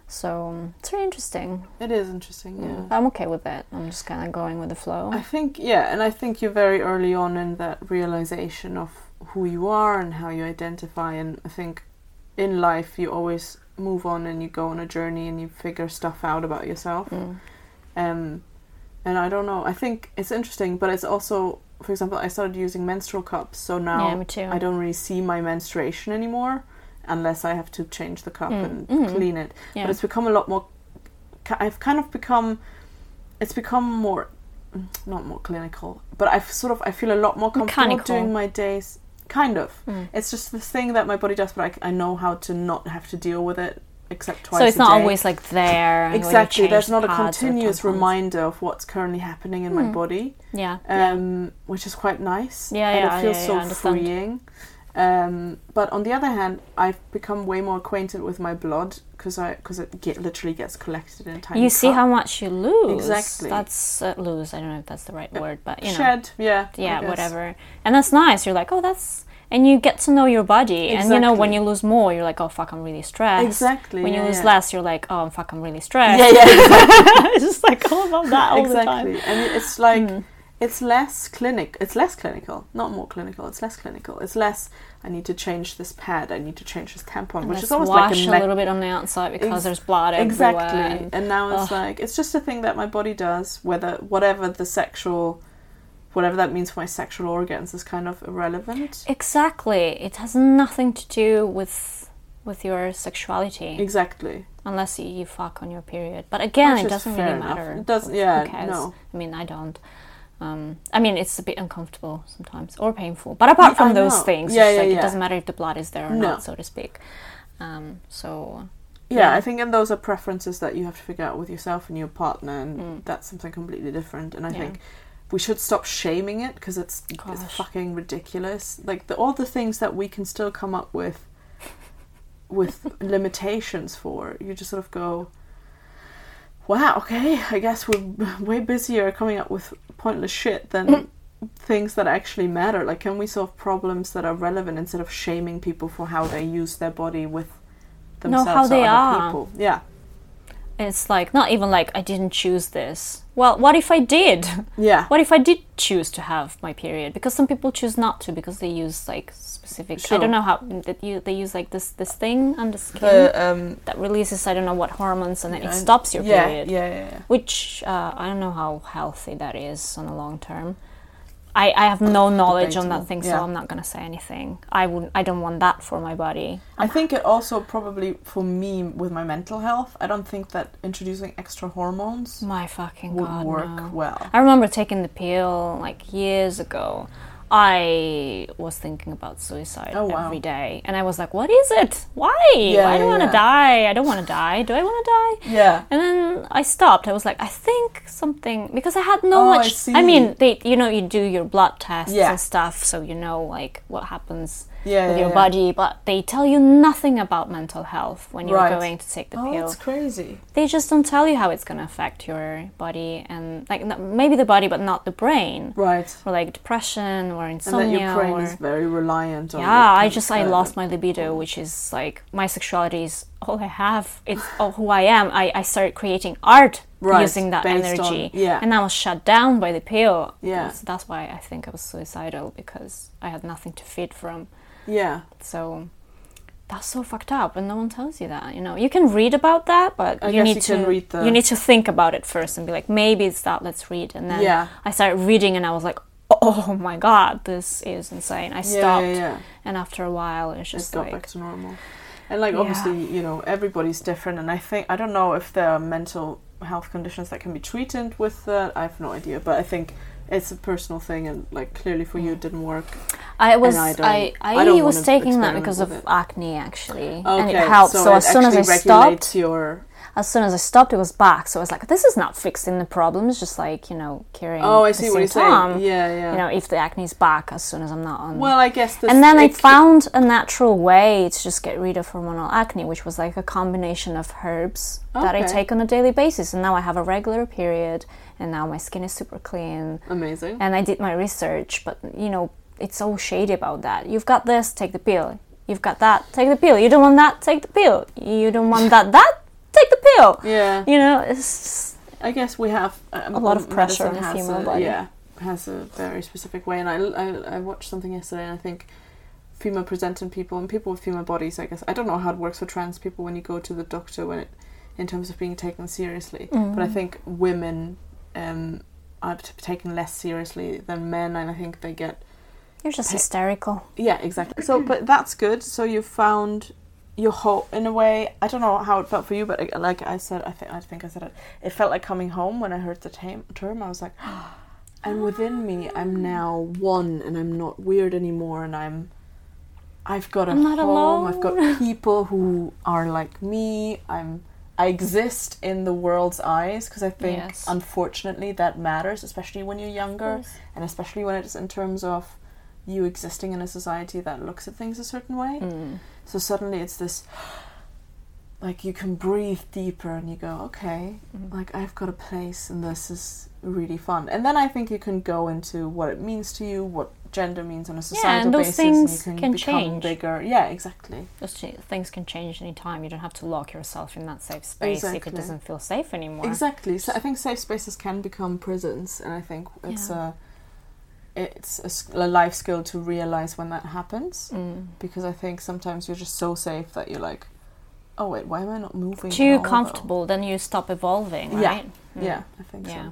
so um, it's very interesting It is interesting. Yeah. i'm okay with it i'm just kind of going with the flow I think yeah, and I think you're very early on in that realization of who you are and how you identify and I think in life you always move on and you go on a journey and you figure stuff out about yourself. Mm. Um and I don't know, I think it's interesting, but it's also for example, I started using menstrual cups, so now yeah me too I don't really see my menstruation anymore unless I have to change the cup Mm. and Mhm. clean it yeah but it's become a lot more ki- i've kind of become it's become more mm, not more clinical but i've sort of i feel a lot more comfortable Mechanical. doing my days kind of Mm. it's just the thing that my body does but i, c- I know how to not have to deal with it except twice so it's a not day. always like there and when you exactly there's change not a pads or continuous tampons. reminder of what's currently happening in my Mm. body yeah um, which is quite nice. Yeah, and yeah, it feels yeah, yeah, so I understand. freeing. Um, but on the other hand, I've become way more acquainted with my blood because I because it get, literally gets collected in time. you see how much you lose Exactly. that's uh, lose i don't know if that's the right Yeah. word but you know shed, yeah, I yeah guess. whatever and that's nice you're like oh that's and you get to know your body and you know when Exactly. you lose more you're like oh fuck i'm really stressed Exactly. when you yeah, lose yeah. less you're like oh fuck i'm really stressed yeah, yeah, <laughs> it's just like all about that all the time exactly. And it's like Mm. it's less clinic. It's less clinical, not more clinical. It's less clinical. It's less. I need to change this pad. I need to change this tampon, And which let's is almost like wash a, a, mech- little bit on the outside because Ex- there's blood everywhere exactly and- and now it's like it's just a thing that my body does whether whatever the sexual whatever that means for my sexual organs is kind of irrelevant exactly it has nothing to do with with your sexuality exactly unless you, you fuck on your period but again Which it is doesn't fair really enough. matter It doesn't- yeah, Who cares? no. i mean i don't um, i mean it's a bit uncomfortable sometimes or painful but apart from I those know. things Yeah, it's yeah, like yeah. it doesn't matter if the blood is there or No. not so to speak um, so yeah, Yeah. i think and those are preferences that you have to figure out with yourself and your partner and Mm. that's something completely different and i Yeah. think we should stop shaming it because it's it's Gosh. fucking ridiculous like the, all the things that we can still come up with <laughs> with limitations for you just sort of go wow okay i guess we're way busier coming up with pointless shit Mm. than things that actually matter like can we solve problems that are relevant instead of shaming people for how they use their body with No, how themselves they or other are. people yeah it's like not even like i didn't choose this well what if i did <laughs> yeah what if i did choose to have my period because some people choose not to because they use like specific Sure. i don't know how that you they use like this this thing on the skin um that releases i don't know what hormones and then it and- stops your yeah, period yeah yeah yeah which uh, I don't know how healthy that is on the long term. I, I have no knowledge on that Debatable, thing, yeah. so I'm not gonna say anything. I would I don't want that for my body. I think it also probably for me with my mental health, I don't think that introducing extra hormones My fucking would god. work no. well. I remember taking the pill like years ago. I was thinking about suicide Oh, wow. every day, and I was like, "What is it? Why? Yeah, Why do I yeah, want to yeah. die? I don't want to die. Do I want to die?" Yeah. And then I stopped. I was like, I think something because I had no Oh, I much. see. I mean, they you know you do your blood tests Yeah. and stuff, so you know like what happens Yeah, with yeah, your yeah. body. But they tell you nothing about mental health when you're Right. going to take the Oh, pill. that's crazy. They just don't tell you how it's gonna affect your body and like not, maybe the body, but not the brain. Right. Or like depression or And that insomnia. your brain or, is very reliant on. yeah, it I kind just of I stuff. lost my libido, which is like my sexuality is all I have. It's all who I am. I, I started creating art Right, using that based on- energy, yeah. and I was shut down by the pill. Yeah. so that's why I think I was suicidal because I had nothing to feed from. Yeah, So that's so fucked up, and no one tells you that. You know, you can read about that, but I you guess need you to can read the- you need to think about it first and be like, maybe it's that. Let's read, and then Yeah. I started reading, and I was like. Oh my god, this is insane. I yeah, stopped yeah, yeah. and after a while it's Just just got like back to normal. And like Yeah. obviously, you know, everybody's different, and I think I don't know if there are mental health conditions that can be treated with that. I have no idea, but I think it's a personal thing, and like clearly for you, it didn't work. I was I I, don't- I, I don't was wanna taking that experiment because with of it. acne actually Okay, and it helped so, it as soon as I actually regulates stopped your as soon as I stopped, it was back. So I was like, this is not fixing the problem. It's just like, you know, carrying Oh, I the see what you're symptom. saying. Yeah, yeah. You know, if the acne is back as soon as I'm not on. Well, I guess this. and then I it c- found a natural way to just get rid of hormonal acne, which was like a combination of herbs that I Okay. take on a daily basis. And now I have a regular period, and now my skin is super clean amazing. and I did my research, but you know, it's all shady about that. You've got this, take the pill. You've got that, take the pill. You don't want that, take the pill. You don't want that, that, take the pill. Yeah, You know, it's I guess we have um, A lot of medicine pressure on the has female a- body. Yeah, has a very specific way, and I, I I watched something yesterday, and I think female presenting people and people with female bodies. I guess I don't know how it works for trans people when you go to the doctor when it, in terms of being taken seriously. But I Mm. think women um, are t- taken less seriously than men, and I think they get you're just Pa- hysterical. Yeah, exactly. So, but that's good. So you found your whole in a way. I don't know how it felt for you, but uh, like I said, I think I think I said it. It felt like coming home when I heard the tam- term. I was like, <gasps> and within me, I'm now one, and I'm not weird anymore, and I'm. I've got a I'm not home. I've alone. got <laughs> people who are like me. I'm. I exist in the world's eyes because I think, Yes. unfortunately, that matters, especially when you're younger and especially when it's in terms of you existing in a society that looks at things a certain way. Mm. So suddenly it's this <gasps> like you can breathe deeper and you go, okay, Mm-hmm. like I've got a place and this is really fun. And then I think you can go into what it means to you, what gender means on a societal those basis, things and you can can, become change. bigger. Yeah, exactly. Those ch- things can change any time. You don't have to lock yourself in that safe space if Exactly. it doesn't feel safe anymore. Exactly. So I think safe spaces can become prisons, and I think it's Yeah. a it's a s- a life skill to realize when that happens. Mm. because I think sometimes you're just so safe that you're like, oh wait, why am I not moving? at Too all, though?" comfortable, then you stop evolving, Yeah. right? Mm. Yeah, I think Yeah. so.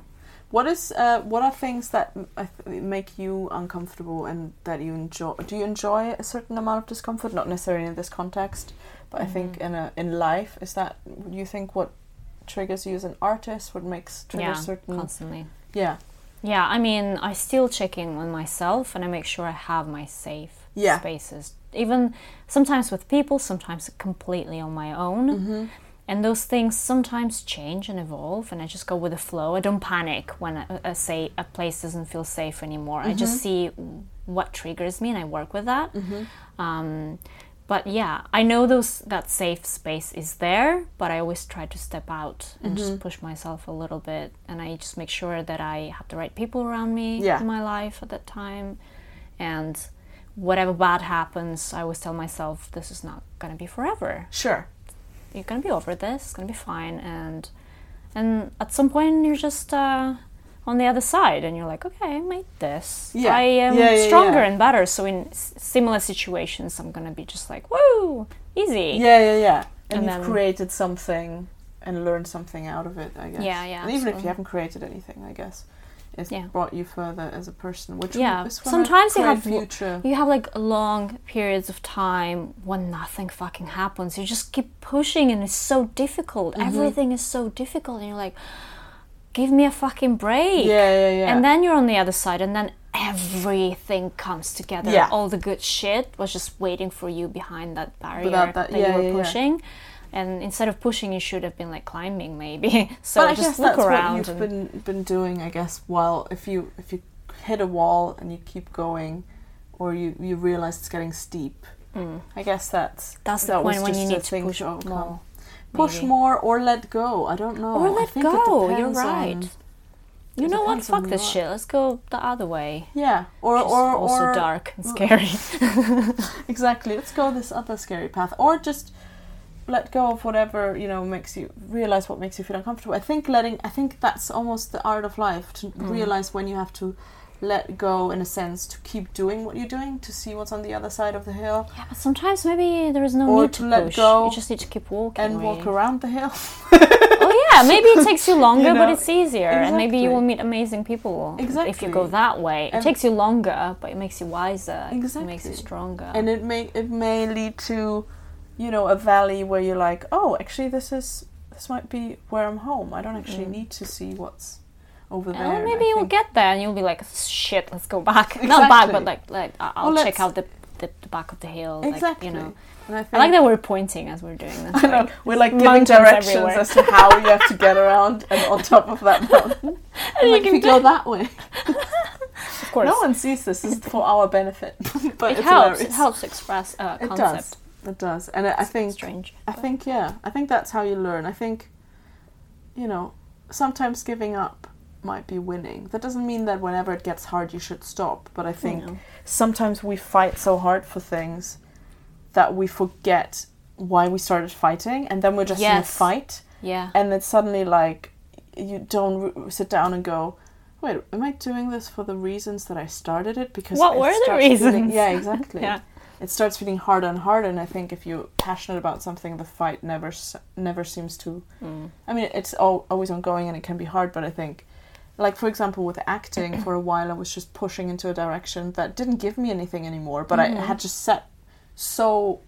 What is uh, what are things that m- I th- make you uncomfortable and that you enjoy? Do you enjoy a certain amount of discomfort? Not necessarily in this context, but I think Mhm. in a, in life, is that do you think what triggers you as an artist? What makes triggers Yeah, certain? constantly. yeah, Yeah, I mean, I still check in on myself and I make sure I have my safe Yeah. spaces. Even sometimes with people, sometimes completely on my own. And those things sometimes change and evolve, and I just go with the flow. I don't panic when I, I say a place doesn't feel safe anymore. I just see what triggers me and I work with that. Mm-hmm. Um, but yeah, I know those that safe space is there, but I always try to step out and just push myself a little bit, and I just make sure that I have the right people around me Yeah. in my life at that time, and whatever bad happens, I always tell myself this is not gonna be forever. sure. You're gonna be over this. It's gonna be fine, and and at some point you're just. Uh, on the other side, and you're like, okay, I made this. Yeah. I am Yeah, yeah, yeah. stronger and better. So in s- similar situations, I'm gonna be just like, whoa, easy. Yeah, yeah, yeah. And, And you've then- created something and learned something out of it, I guess. Yeah, yeah, And even if absolutely. you haven't created anything, I guess it's Yeah. brought you further as a person. Which Yeah, is when sometimes I you have create future. You have like long periods of time when nothing fucking happens. You just keep pushing and it's so difficult. Mm-hmm. Everything is so difficult and you're like, give me a fucking break. Yeah, yeah, yeah. And then you're on the other side and then everything comes together. Yeah. All the good shit was just waiting for you behind that barrier Without that, that- you yeah, were yeah, yeah. pushing. And instead of pushing, you should have been like climbing maybe. <laughs> so but I just guess look that's around. what you've and, been been doing, I guess. While if you if you hit a wall and you keep going, or you you realize it's getting steep, Mm. I guess that's That's the that was point when you just a need to thing push overcome. more, Push maybe. more or let go. I don't know. Or I let think it go, you're depends right. on- You It know what? depends on Fuck this what- shit. Let's go the other way. Yeah, or Which is or also or dark and scary. <laughs> Exactly. Let's go this other scary path, or just let go of whatever you know makes you realize what makes you feel uncomfortable. I think letting. I think that's almost the art of life to Mm. realize when you have to let go, in a sense, to keep doing what you're doing, to see what's on the other side of the hill, yeah, but sometimes maybe there is no Or need to to, let push. go you just need to keep walking. and walk really. around the hill. Oh yeah, maybe it takes <laughs> you longer, know, but it's easier, and maybe you will meet amazing people if you go Exactly. that way. It And- takes you longer, but it makes you wiser. It makes Exactly. you stronger. <laughs> and it may it may lead to you know a valley where you're like oh actually this is this might be where i'm home i don't actually Mm. need to see what's over And there And Uh, maybe I you'll think- get there, and you'll be like, "Shit, let's go back." <laughs> Not back, but Exactly. like, like I- Or I'll let's- check out the the, the back of the hill. Exactly. Like, you know, And I, I think- like that we're pointing as we're doing this. I know. like, We're like giving mountains directions everywhere. as to how you have to get around and on top of <laughs> that mountain. you like, if can you do go that way. of course, No one sees this. This is for our <laughs> benefit. but it it's helps. It hilarious. helps express uh, It concept. does. It does. And I I think strange. I but- think yeah. I think that's how you learn. I think you know, sometimes giving up might be winning. That doesn't mean that whenever it gets hard you should stop, but I think know. sometimes we fight so hard for things that we forget why we started fighting and then we're just in a Yes. fight yeah. and it's suddenly like you don't r- sit down and go wait am i doing this for the reasons that i started it because What it were the starts feeling- reasons? <laughs> yeah exactly Yeah. it starts feeling harder and harder and i think if you're passionate about something the fight never s- never seems to Mm. i mean it's al- always ongoing and it can be hard but i think like for example with acting for a while i was just pushing into a direction that didn't give me anything anymore but i Mhm. had just set so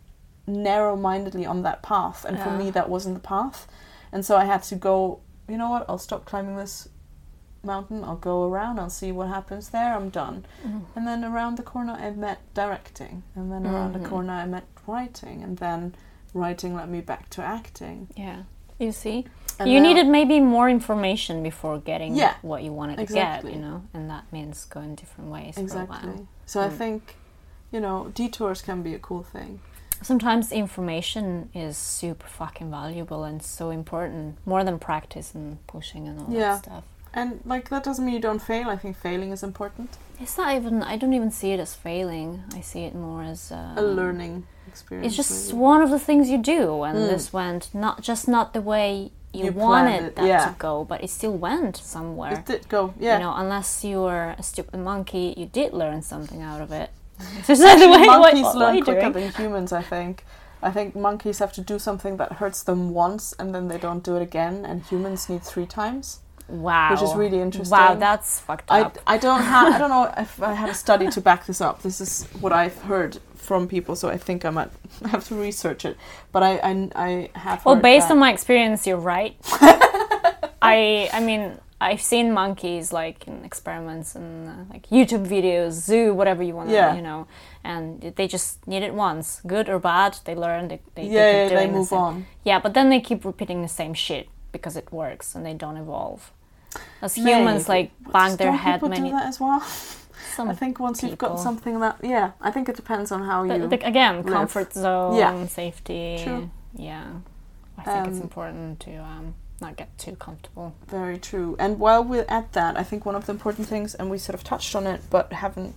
narrow-mindedly on that path and for Yeah. me that wasn't the path and so i had to go you know what i'll stop climbing this mountain i'll go around i'll see what happens there i'm done Mm. and then around the corner, I met directing. And then around the Mhm. corner, I met writing. And then writing led me back to acting. Yeah. You see, And you now- needed maybe more information before getting Yeah. what you wanted Exactly. to get. You know, and that means going different ways for a while. Exactly. So I Mm. think, you know, detours can be a cool thing. Sometimes information is super fucking valuable and so important, more than practice and pushing and all Yeah. that stuff. And, like, that doesn't mean you don't fail. I think failing is important. It's not even. I don't even see it as failing. I see it more as um, a learning experience. It's just really. one of the things you do, and Mm. this went not just not the way you, You planned wanted it, that yeah. to go, but it still went somewhere. It did go, yeah. <laughs> You know, unless you were a stupid monkey, you did learn something out of <laughs> it. <laughs> So it's like the way- what- monkeys what are learn you quicker doing? than humans, I think. I think monkeys have to do something that hurts them once and then they don't do it again, and humans need three times. Wow, really Wow, interesting. that's fucked I, up. I don't have <laughs> I don't know if I have a study to back this up. This is what I've heard from people, so I think I might <laughs> have to research it. But I I, I have. well, heard based that- on my experience, you're <laughs> right. I I mean, I've seen monkeys like in experiments and uh, like YouTube videos, zoo, whatever you want to, Yeah. you know, and they just need it once, good or bad, they learn, they they, yeah, yeah, they keep doing they the move same- on. Yeah, but then they keep repeating the same shit because it works and they don't evolve. As Maybe. humans, like But bang their don't head people many. do that as well. Some, I think once you've got people. something that yeah, I think it depends on how you. but, like, again, live. comfort zone, Yeah. safety. True. Yeah, I think it's Um, important to um, not get too comfortable. Very true. And while we're at that, I think one of the important things, and we sort of touched on it, but haven't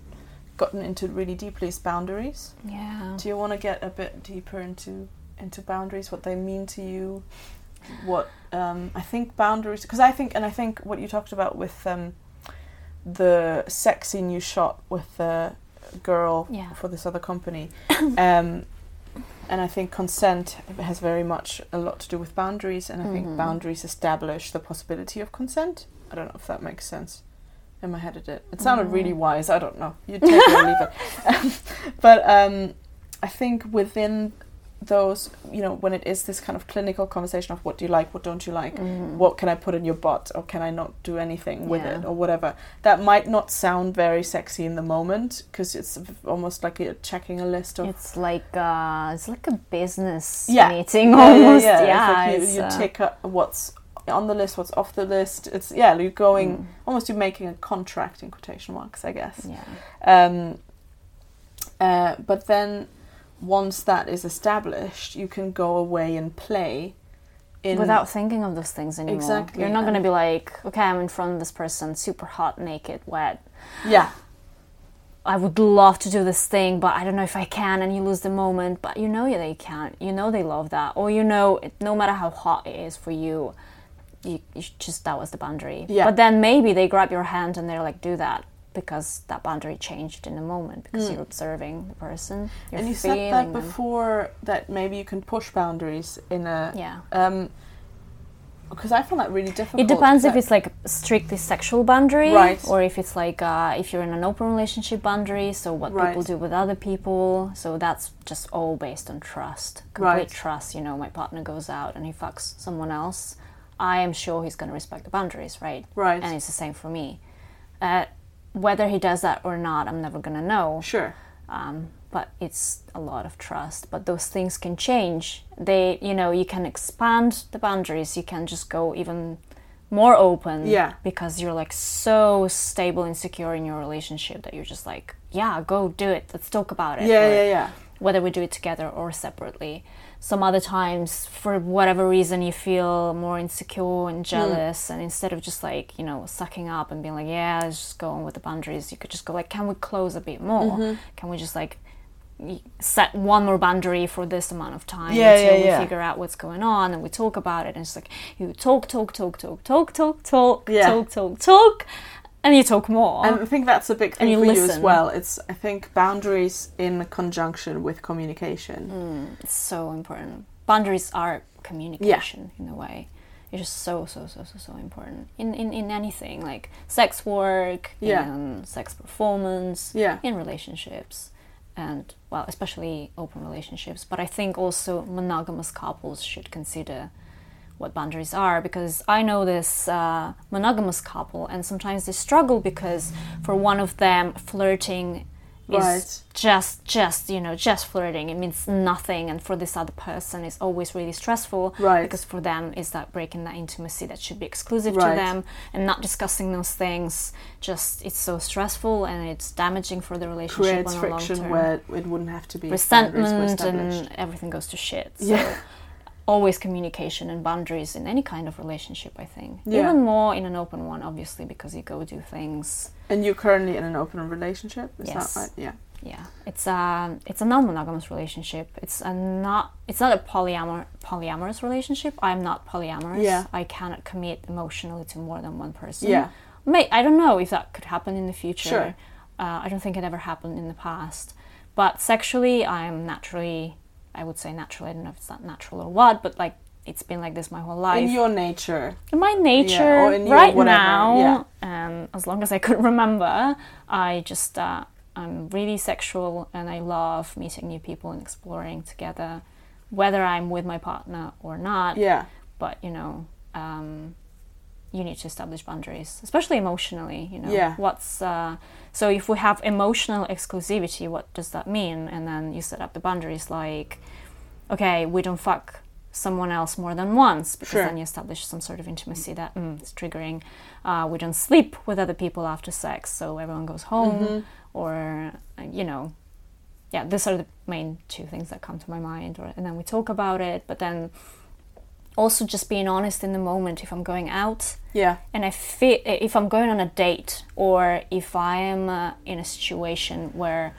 gotten into really deeply, is boundaries. Yeah. Do you want to get a bit deeper into into boundaries? What they mean to you? What um, I think boundaries, because I think, and I think what you talked about with um, the sex scene you shot with the girl Yeah. for this other company, <coughs> um, and I think consent has very much a lot to do with boundaries, and I think Mhm. boundaries establish the possibility of consent. I don't know if that makes sense. In my head, it did. It sounded really Mm. wise. I don't know. You take it or leave <laughs> it. Um, but um, I think within those, you know, when it is this kind of clinical conversation of what do you like, what don't you like, Mhm. what can I put in your butt, or can I not do anything with Yeah. it, or whatever, that might not sound very sexy in the moment because it's almost like you're checking a list of. It's like uh, it's like a business Yeah. meeting almost. Yeah, Yeah, yeah, yeah. It's like it's, you, uh, you take up what's on the list, what's off the list. It's yeah, you're going mm, almost you're making a contract in quotation marks, I guess. Yeah. Um, uh, but then once that is established, you can go away and play in Without thinking of those things anymore. Exactly, You're not going to and- be like, okay, I'm in front of this person, super hot, naked, wet. yeah, I would love to do this thing, but I don't know if I can, and you lose the moment. But you know that you can. You know they love that, or you know, it, no matter how hot it is for you, you, you sh- just that was the boundary. Yeah. But then maybe they grab your hand and they're like, do that because that boundary changed in the moment because Mm. you're observing the person. You're and you feeling said that them. before that maybe you can push boundaries in a Yeah. um because I find that really difficult. It depends if Like- it's like strictly sexual boundary, Right. or if it's like uh, if you're in an open relationship boundary. So what Right. people do with other people. So that's just all based on trust, complete Right. trust. You know, my partner goes out and he fucks someone else. I am sure he's going to respect the boundaries, right? Right. And it's the same for me. Uh, whether he does that or not, I'm never going to know. sure. Um, but it's a lot of trust but those things can change they you know you can expand the boundaries you can just go even more open Yeah. because you're like so stable and secure in your relationship that you're just like yeah go do it let's talk about it Yeah, Or yeah, yeah. whether we do it together or separately some other times for whatever reason you feel more insecure Hmm. and jealous and instead of just like you know sucking up and being like yeah let's just go on with the boundaries you could just go like can we close a bit more Mm-hmm. can we just like y- set one more boundary for this amount of time Yeah, until yeah, we yeah. figure out what's going on and we talk about it and it's like you talk talk talk talk talk talk talk Yeah. talk talk talk and you talk more And I think that's a big thing you for you as listen. well. It's I think boundaries in conjunction with Mm. communication. It's so important. Boundaries are communication in a way. It's just so so so so so important in in, in anything like sex work, Yeah. in sex performance, Yeah. in relationships, and well, especially open relationships. But I think also monogamous couples should consider what boundaries are because I know this uh, monogamous couple, and sometimes they struggle because for one of them flirting is Right. just just you know just flirting it means nothing and for this other person it's always really stressful Right. because for them is that breaking that intimacy that should be exclusive Right. to them and not discussing those things just it's so stressful and it's damaging for the relationship Creates on a long friction term where it wouldn't have to be if boundaries were resentment established. and everything goes to shit so Yeah. <laughs> always communication and boundaries in any kind of relationship i think Yeah. even more in an open one obviously because you go do things And you're currently in an open relationship, is Yes. that right? Yeah. yeah it's a it's a non-monogamous relationship it's a not it's not a polyamor polyamorous relationship i'm not polyamorous Yeah. i cannot commit emotionally to more than one person Yeah. May, i don't know if that could happen in the future Sure. uh, i don't think it ever happened in the past but sexually i'm naturally i would say naturally i don't know if it's not natural or what but like it's been like this my whole life In your nature. in my nature or in your right whatever, now um, as long as i could <laughs> remember i just uh, i'm really sexual and i love meeting new people and exploring together whether i'm with my partner or not Yeah. but you know um, you need to establish boundaries especially emotionally you know Yeah. what's uh, so if we have emotional exclusivity what does that mean and then you set up the boundaries like okay we don't fuck someone else more than once because Sure. then you establish some sort of intimacy that mm, it's triggering uh, we don't sleep with other people after sex so everyone goes home or uh, you know yeah these are the main two things that come to my mind or, and then we talk about it but then also just being honest in the moment if i'm going out Yeah. and i feel if i'm going on a date or if i am uh, in a situation where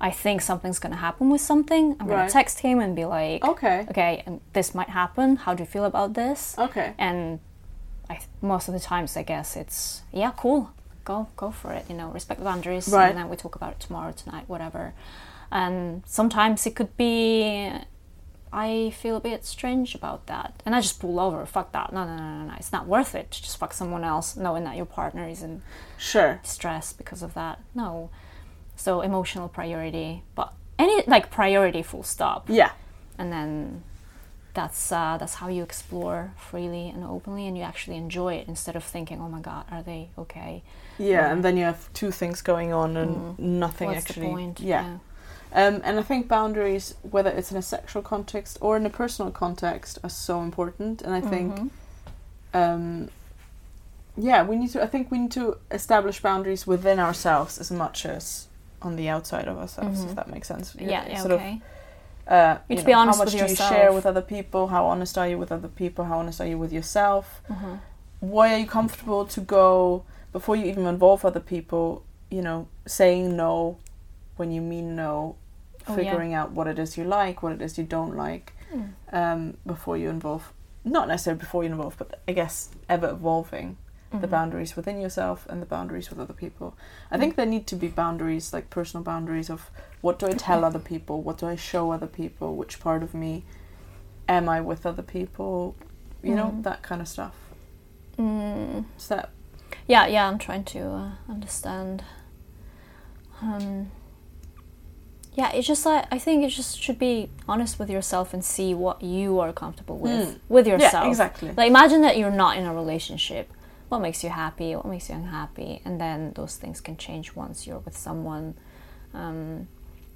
i think something's going to happen with something i'm going Right. Oh. to text him and be like Okay. okay um, this might happen how do you feel about this Okay. and I, th- most of the times i guess it's yeah cool go go for it you know respect the boundaries Right. and then we talk about it tomorrow tonight whatever and sometimes it could be i feel a bit strange about that and i just pull over fuck that no no no no, no. it's not worth it to just fuck someone else knowing that your partner is in Sure. stress because of that no so emotional priority but any like priority full stop Yeah. and then that's uh, that's how you explore freely and openly and you actually enjoy it instead of thinking oh my god are they okay Yeah, and then you have two things going on and nothing Um, Mm. what's actually. the point Yeah. Um, and I think boundaries, whether it's in a sexual context or in a personal context, are so important. And I think, Mhm. um, yeah, we need to. I think we need to establish boundaries within ourselves as much as on the outside of ourselves, if Mhm. that makes sense. You- yeah, yeah sort of, okay uh, You you to be know, honest how much with do yourself. you share with other people? How honest are you with other people? How honest are you with yourself? Mhm. Why are you comfortable to go before you even involve other people? You know, saying no when you mean no, Oh, yeah. figuring out what it is you like, what it is you don't like, Mm. um, before you involve. Not necessarily before you involve, but I guess ever evolving the Mhm. boundaries within yourself and the boundaries with other people. I think there need to be boundaries, like personal boundaries of what do I tell other people, what do I show other people, which part of me am I with other people, you know, Mhm. that kind of stuff. Mm. Is that yeah yeah i'm trying to uh, understand um, yeah it's just like i think it just should be honest with yourself and see what you are comfortable with Mm. with yourself Yeah, exactly. Like imagine that you're not in a relationship. What makes you happy? What makes you unhappy? And then those things can change once you're with someone. Um,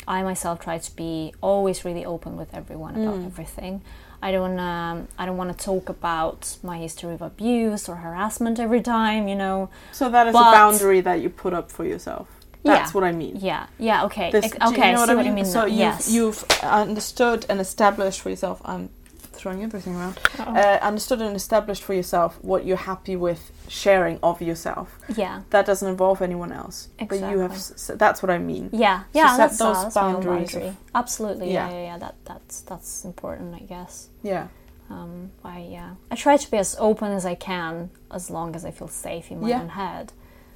I myself try to be always really open with everyone about Mm. everything. I don't um, I don't want to talk about my history of abuse or harassment every time, you know. So that is But- a boundary that you put up for yourself. That's Yeah. what I mean. Yeah, yeah, okay, This- Ex- do okay. I see what, I mean. So now. you've, yes, you've understood and established for yourself. I'm throwing everything around. Uh-oh. Uh, understood and established for yourself what you're happy with sharing of yourself. yeah, That doesn't involve anyone else. But you have. s- Exactly. s- that's what I mean. yeah, yeah. set that's those that's my own boundaries of- boundary. Absolutely, yeah. Yeah. yeah, yeah, That that's that's important, I guess. Yeah. Um, I yeah, I try to be as open as I can, as long as I feel safe in my Yeah. own head.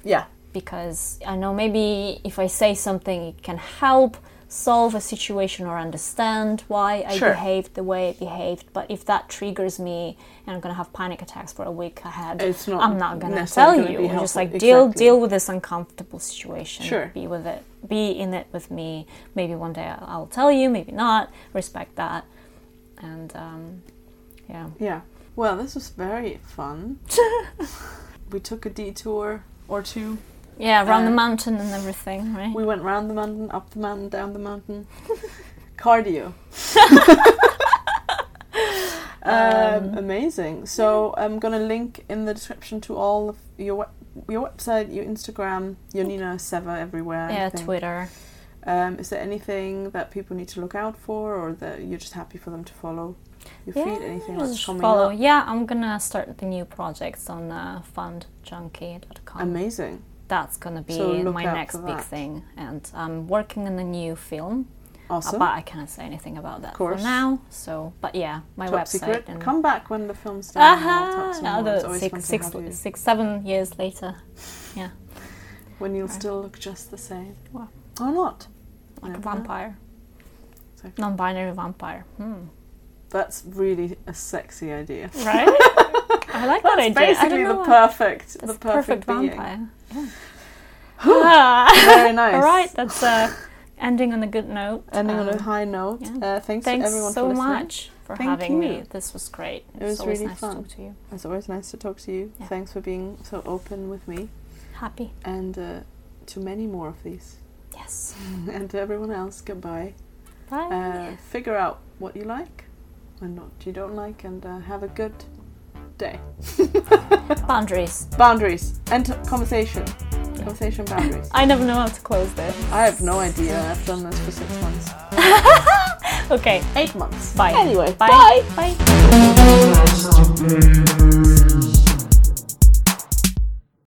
Yeah. because I know maybe if I say something, it can help solve a situation or understand why I Sure. behaved the way I behaved. But if that triggers me and I'm gonna have panic attacks for a week ahead, It's not I'm not gonna tell necessarily gonna you. be I'm just like helpful. deal Exactly. deal with this uncomfortable situation. Sure. Be with it. Be in it with me. Maybe one day I'll, I'll tell you. Maybe not. Respect that. And um, yeah. Yeah. Well, this was very fun. <laughs> we took a detour or two. Yeah, around the Uh, mountain and everything, right? We went round the mountain, up the mountain, down the <laughs> mountain. Cardio. um, amazing. So I'm gonna link in the description to all of your web- your website, your Instagram, your Nina Seva everywhere. I yeah, think. Twitter. Um, is there anything that people need to look out for, or that you're just happy for them to follow your feed? Anything like just coming follow. up? Yeah, I'm gonna start the new projects on uh, fundjunkie.com. Amazing. That's gonna be So look my out next for big that. thing, and I'm working on a new film, uh, Awesome. but I can't say anything about that for course. now. So, but yeah, my Top website secret. and Come back when the film's done. and we'll talk Aha! some more. It's Another always fun to six, six, have you. six, seven years later. Yeah, when you'll still look just the same. Wow. Or not. like a Never know. vampire, Exactly. non-binary vampire. Hmm. <laughs> That's really a sexy idea. Right? <laughs> I like that idea. I Basically, don't the know why. perfect, the That's perfect, perfect, being. <gasps> vampire. Ah. <laughs> Very nice. All right, that's uh, ending on a good note. Ending on Um, a high note. yeah. Uh, thanks, to Thanks everyone so for listening. much for Thank having me. you. This was great. It It's was always really nice fun. to talk to you. It's always nice to talk to you. Yeah. Thanks for being so open with me Happy? and uh, to many more of these. <laughs> Yes. and to everyone else, goodbye. Bye. Uh, figure out what you like and what you don't like, and uh, have a good day. Boundaries. boundaries and t- conversation. Conversation <laughs> boundaries. I never know how to close this. I have no idea. I've done this for six months. Okay. Eight months. Bye. Anyway, Bye. Bye.